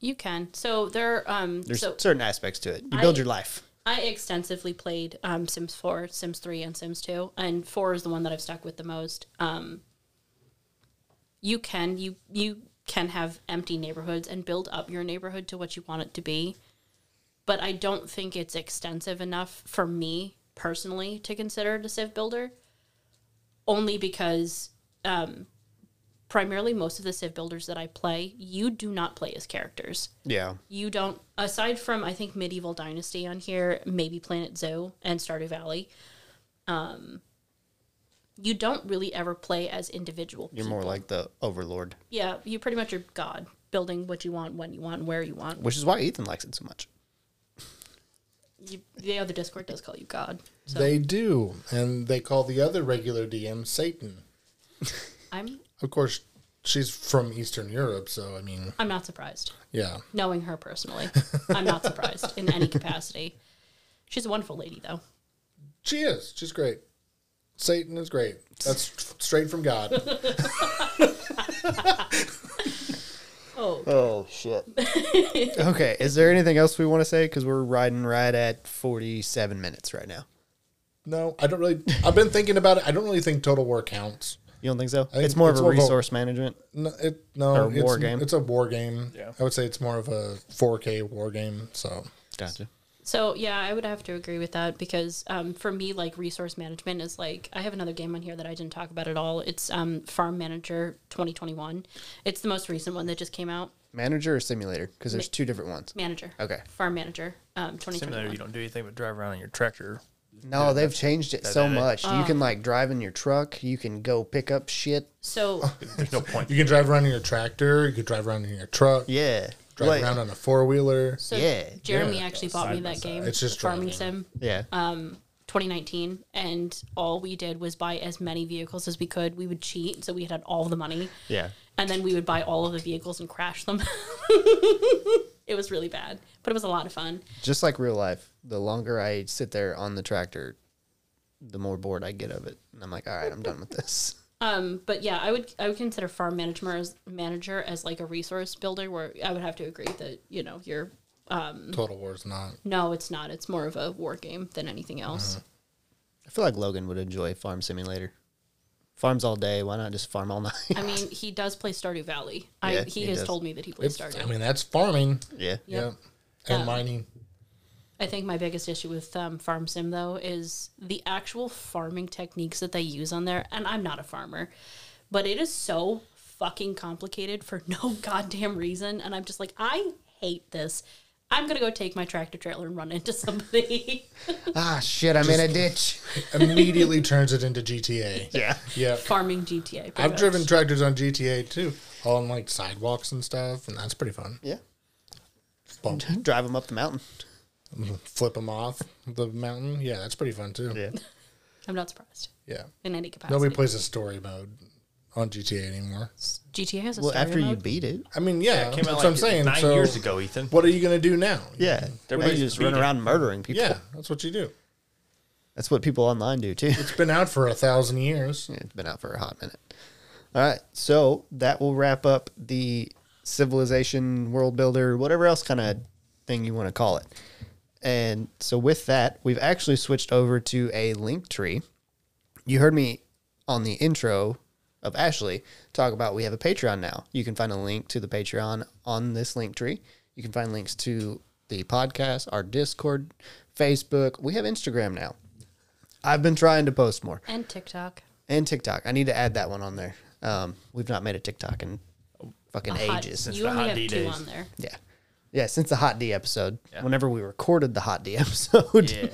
Speaker 1: You can. So there, um,
Speaker 2: there's
Speaker 1: so
Speaker 2: certain aspects to it. You build
Speaker 1: I-
Speaker 2: your life.
Speaker 1: I extensively played um, Sims 4, Sims 3, and Sims 2, and 4 is the one that I've stuck with the most. Um, you can you you can have empty neighborhoods and build up your neighborhood to what you want it to be, but I don't think it's extensive enough for me personally to consider it a Civ builder. Only because um, primarily most of the Civ builders that I play, you do not play as characters
Speaker 2: Yeah.
Speaker 1: you don't aside from i think medieval dynasty on here maybe planet zoo and stardew valley um you don't really ever play as individual
Speaker 2: You're more like the overlord,
Speaker 1: yeah you pretty much are god building what you want when you want where you want
Speaker 2: which is why Ethan likes it so much.
Speaker 1: you, the other discord does call you god so
Speaker 3: They do, and they call the other regular DM Satan.
Speaker 1: i'm
Speaker 3: Of course, she's from Eastern Europe, so I mean,
Speaker 1: i'm not surprised
Speaker 3: yeah,
Speaker 1: knowing her personally i'm not surprised in
Speaker 2: [laughs]
Speaker 1: any capacity she's a wonderful lady though
Speaker 3: she is. She's great. Satan is great. That's f- straight from
Speaker 1: [laughs]
Speaker 3: God.
Speaker 1: oh
Speaker 2: Oh shit. okay, is there anything else we want to say? Because we're riding right at forty-seven minutes right now.
Speaker 3: No, I don't really. I've been thinking about it. I don't really think total war counts.
Speaker 2: You don't think so?
Speaker 3: think
Speaker 2: it's more
Speaker 3: it's
Speaker 2: of a
Speaker 3: more of a-
Speaker 2: resource management.
Speaker 3: No, it, no
Speaker 2: Or a
Speaker 3: it's,
Speaker 2: war game.
Speaker 3: It's a war game.
Speaker 4: Yeah.
Speaker 3: I would say it's more of a 4K war game. So
Speaker 2: Gotcha.
Speaker 1: So yeah, I would have to agree with that because um, for me, like resource management is like I have another game on here that I didn't talk about at all. It's um, Farm Manager 2021. It's the most recent one that just came out.
Speaker 2: Manager or simulator? Because there's two different ones.
Speaker 1: Manager.
Speaker 2: Okay.
Speaker 1: Farm Manager um, 2021.
Speaker 4: Similar, you don't do anything but drive around in your tractor.
Speaker 2: No, they've changed it so
Speaker 4: that it?
Speaker 2: much. You can like drive in your truck. You can go pick up shit.
Speaker 3: Oh,
Speaker 1: So
Speaker 4: There's no point.
Speaker 3: you can drive around in your tractor. You could drive around in your truck.
Speaker 2: Yeah.
Speaker 3: Drive
Speaker 2: Like-
Speaker 3: around on a four wheeler.
Speaker 1: so
Speaker 2: Yeah,
Speaker 1: Jeremy
Speaker 3: yeah.
Speaker 1: actually bought me
Speaker 4: Side by
Speaker 1: that
Speaker 4: side.
Speaker 1: game.
Speaker 3: It's just
Speaker 1: farming
Speaker 3: driving.
Speaker 1: sim.
Speaker 2: Yeah.
Speaker 1: 2019 and all we did was buy as many vehicles as we could we would cheat so we had all the money
Speaker 2: yeah.
Speaker 1: and then we would buy all of the vehicles and crash them [laughs] it was really bad but it was a lot of fun
Speaker 2: Just like real life, the longer I sit there on the tractor, the more bored I get of it. And I'm like, all right, I'm done with this.
Speaker 1: Um, but yeah, I would I would consider farm management as manager as like a resource builder where I would have to agree that, you know, you're
Speaker 3: Total war is not.
Speaker 1: no, it's not. It's more of a war game than anything else.
Speaker 2: Mm-hmm. I feel like Logan would enjoy Farm Simulator. Farms all day. Why not just farm all [laughs] night?
Speaker 1: I mean, he does play Stardew Valley. I
Speaker 2: Yeah,
Speaker 1: he,
Speaker 2: he
Speaker 1: has
Speaker 2: does.
Speaker 1: told me that he plays
Speaker 3: It's,
Speaker 1: Stardew.
Speaker 3: I mean, that's farming.
Speaker 2: yeah.
Speaker 1: Yep.
Speaker 3: Yeah. And mining.
Speaker 1: I think my biggest issue with um, Farm Sim though is the actual farming techniques that they use on there, and I'm not a farmer, but it is so fucking complicated for [laughs] no goddamn reason, and I'm just like, I hate this. I'm gonna go take my tractor trailer and run into somebody. [laughs]
Speaker 2: Ah, shit, I'm in a ditch.
Speaker 3: Immediately turns it into
Speaker 1: [laughs]
Speaker 3: GTA.
Speaker 2: [laughs] Yeah.
Speaker 3: Yeah.
Speaker 1: farming GTA. pretty
Speaker 3: I've
Speaker 1: much.
Speaker 3: driven tractors on GTA too, on like sidewalks and stuff, and that's pretty fun.
Speaker 2: Yeah.
Speaker 3: Bump,
Speaker 2: Drive them up the mountain.
Speaker 3: flip them off the mountain. Yeah, that's pretty fun too.
Speaker 2: Yeah.
Speaker 1: I'm not surprised
Speaker 3: Yeah.
Speaker 1: in any capacity.
Speaker 3: Nobody plays a story mode on GTA anymore.
Speaker 1: GTA has a
Speaker 2: Well,
Speaker 1: story
Speaker 2: after you
Speaker 1: mode.
Speaker 2: beat it.
Speaker 3: I mean, yeah,
Speaker 4: It came
Speaker 3: that's
Speaker 4: out
Speaker 3: what
Speaker 4: like
Speaker 3: I'm saying.
Speaker 4: nine
Speaker 3: so
Speaker 4: years ago, Ethan.
Speaker 3: What are you gonna do now?
Speaker 2: Yeah.
Speaker 4: They're
Speaker 2: Well, you
Speaker 4: basically
Speaker 2: just run
Speaker 4: beating.
Speaker 2: around murdering people.
Speaker 3: Yeah, that's what you do.
Speaker 2: That's what people online do too.
Speaker 3: It's been out for a thousand years.
Speaker 2: It's been out for a hot minute. All right, so that will wrap up the civilization, world builder, whatever else kind of thing you want to call it. And so with that, we've actually switched over to a link tree. You heard me on the intro of Ashley talk about we have a Patreon now. You can find a link to the Patreon on this link tree. You can find links to the podcast, our Discord, Facebook. We have Instagram now. I've been trying to post more
Speaker 1: And TikTok.
Speaker 2: and TikTok. I need to add that one on there. Um, we've not made a TikTok in fucking
Speaker 1: A hot-
Speaker 2: ages.
Speaker 1: you
Speaker 4: the
Speaker 1: only
Speaker 4: hot
Speaker 1: have
Speaker 4: D
Speaker 1: two
Speaker 4: days.
Speaker 1: on there.
Speaker 2: Yeah, yeah. Since the Hot D episode, whenever we recorded the Hot D [laughs] episode.
Speaker 4: Yeah.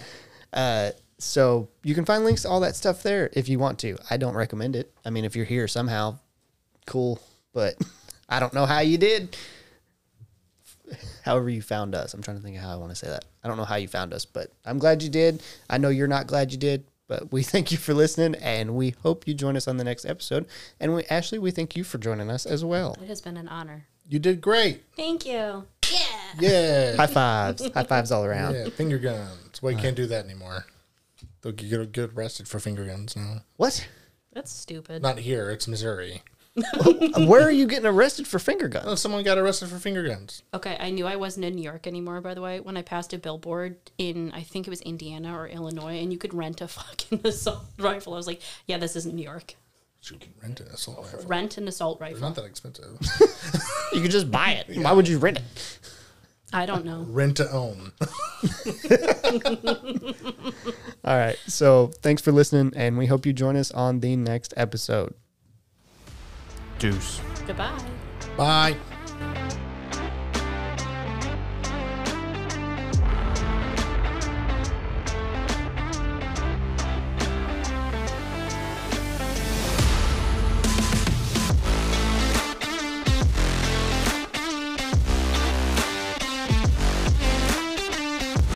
Speaker 2: Uh, so you can find links to all that stuff there if you want to. I don't recommend it. I mean, if you're here somehow, cool. But [laughs] I don't know how you did. However, you found us. I'm trying to think of how I want to say that. I don't know how you found us, but I'm glad you did. I know you're not glad you did, but we [laughs] thank you for listening and we hope you join us on the next episode. And we, Ashley, we thank you for joining us as well.
Speaker 1: It has been an honor.
Speaker 3: You did great.
Speaker 4: [laughs]
Speaker 1: Thank you. Yeah.
Speaker 3: Yeah.
Speaker 2: High fives. High fives all around.
Speaker 3: Yeah, finger guns. Well, you can't do that anymore. They'll get, get arrested for finger guns now.
Speaker 2: What?
Speaker 1: That's stupid.
Speaker 3: Not here. It's Missouri.
Speaker 2: Where are you getting arrested for finger guns?
Speaker 3: Oh, someone got arrested for finger guns.
Speaker 1: Okay, I knew I wasn't in New York anymore, by the way, when I passed a billboard in, I think it was Indiana or Illinois, and you could rent a [laughs] fucking assault rifle. I was like, yeah, this isn't New York.
Speaker 3: You can rent an assault rifle.
Speaker 1: Rent an assault
Speaker 3: It's
Speaker 1: rifle.
Speaker 3: not that
Speaker 4: [laughs]
Speaker 3: expensive.
Speaker 2: You could just buy it. Why would you rent it?
Speaker 1: I don't know.
Speaker 3: rent to own.
Speaker 2: All right. So thanks for listening, and we hope you join us on the next episode.
Speaker 4: Deuce.
Speaker 1: Goodbye.
Speaker 3: Bye.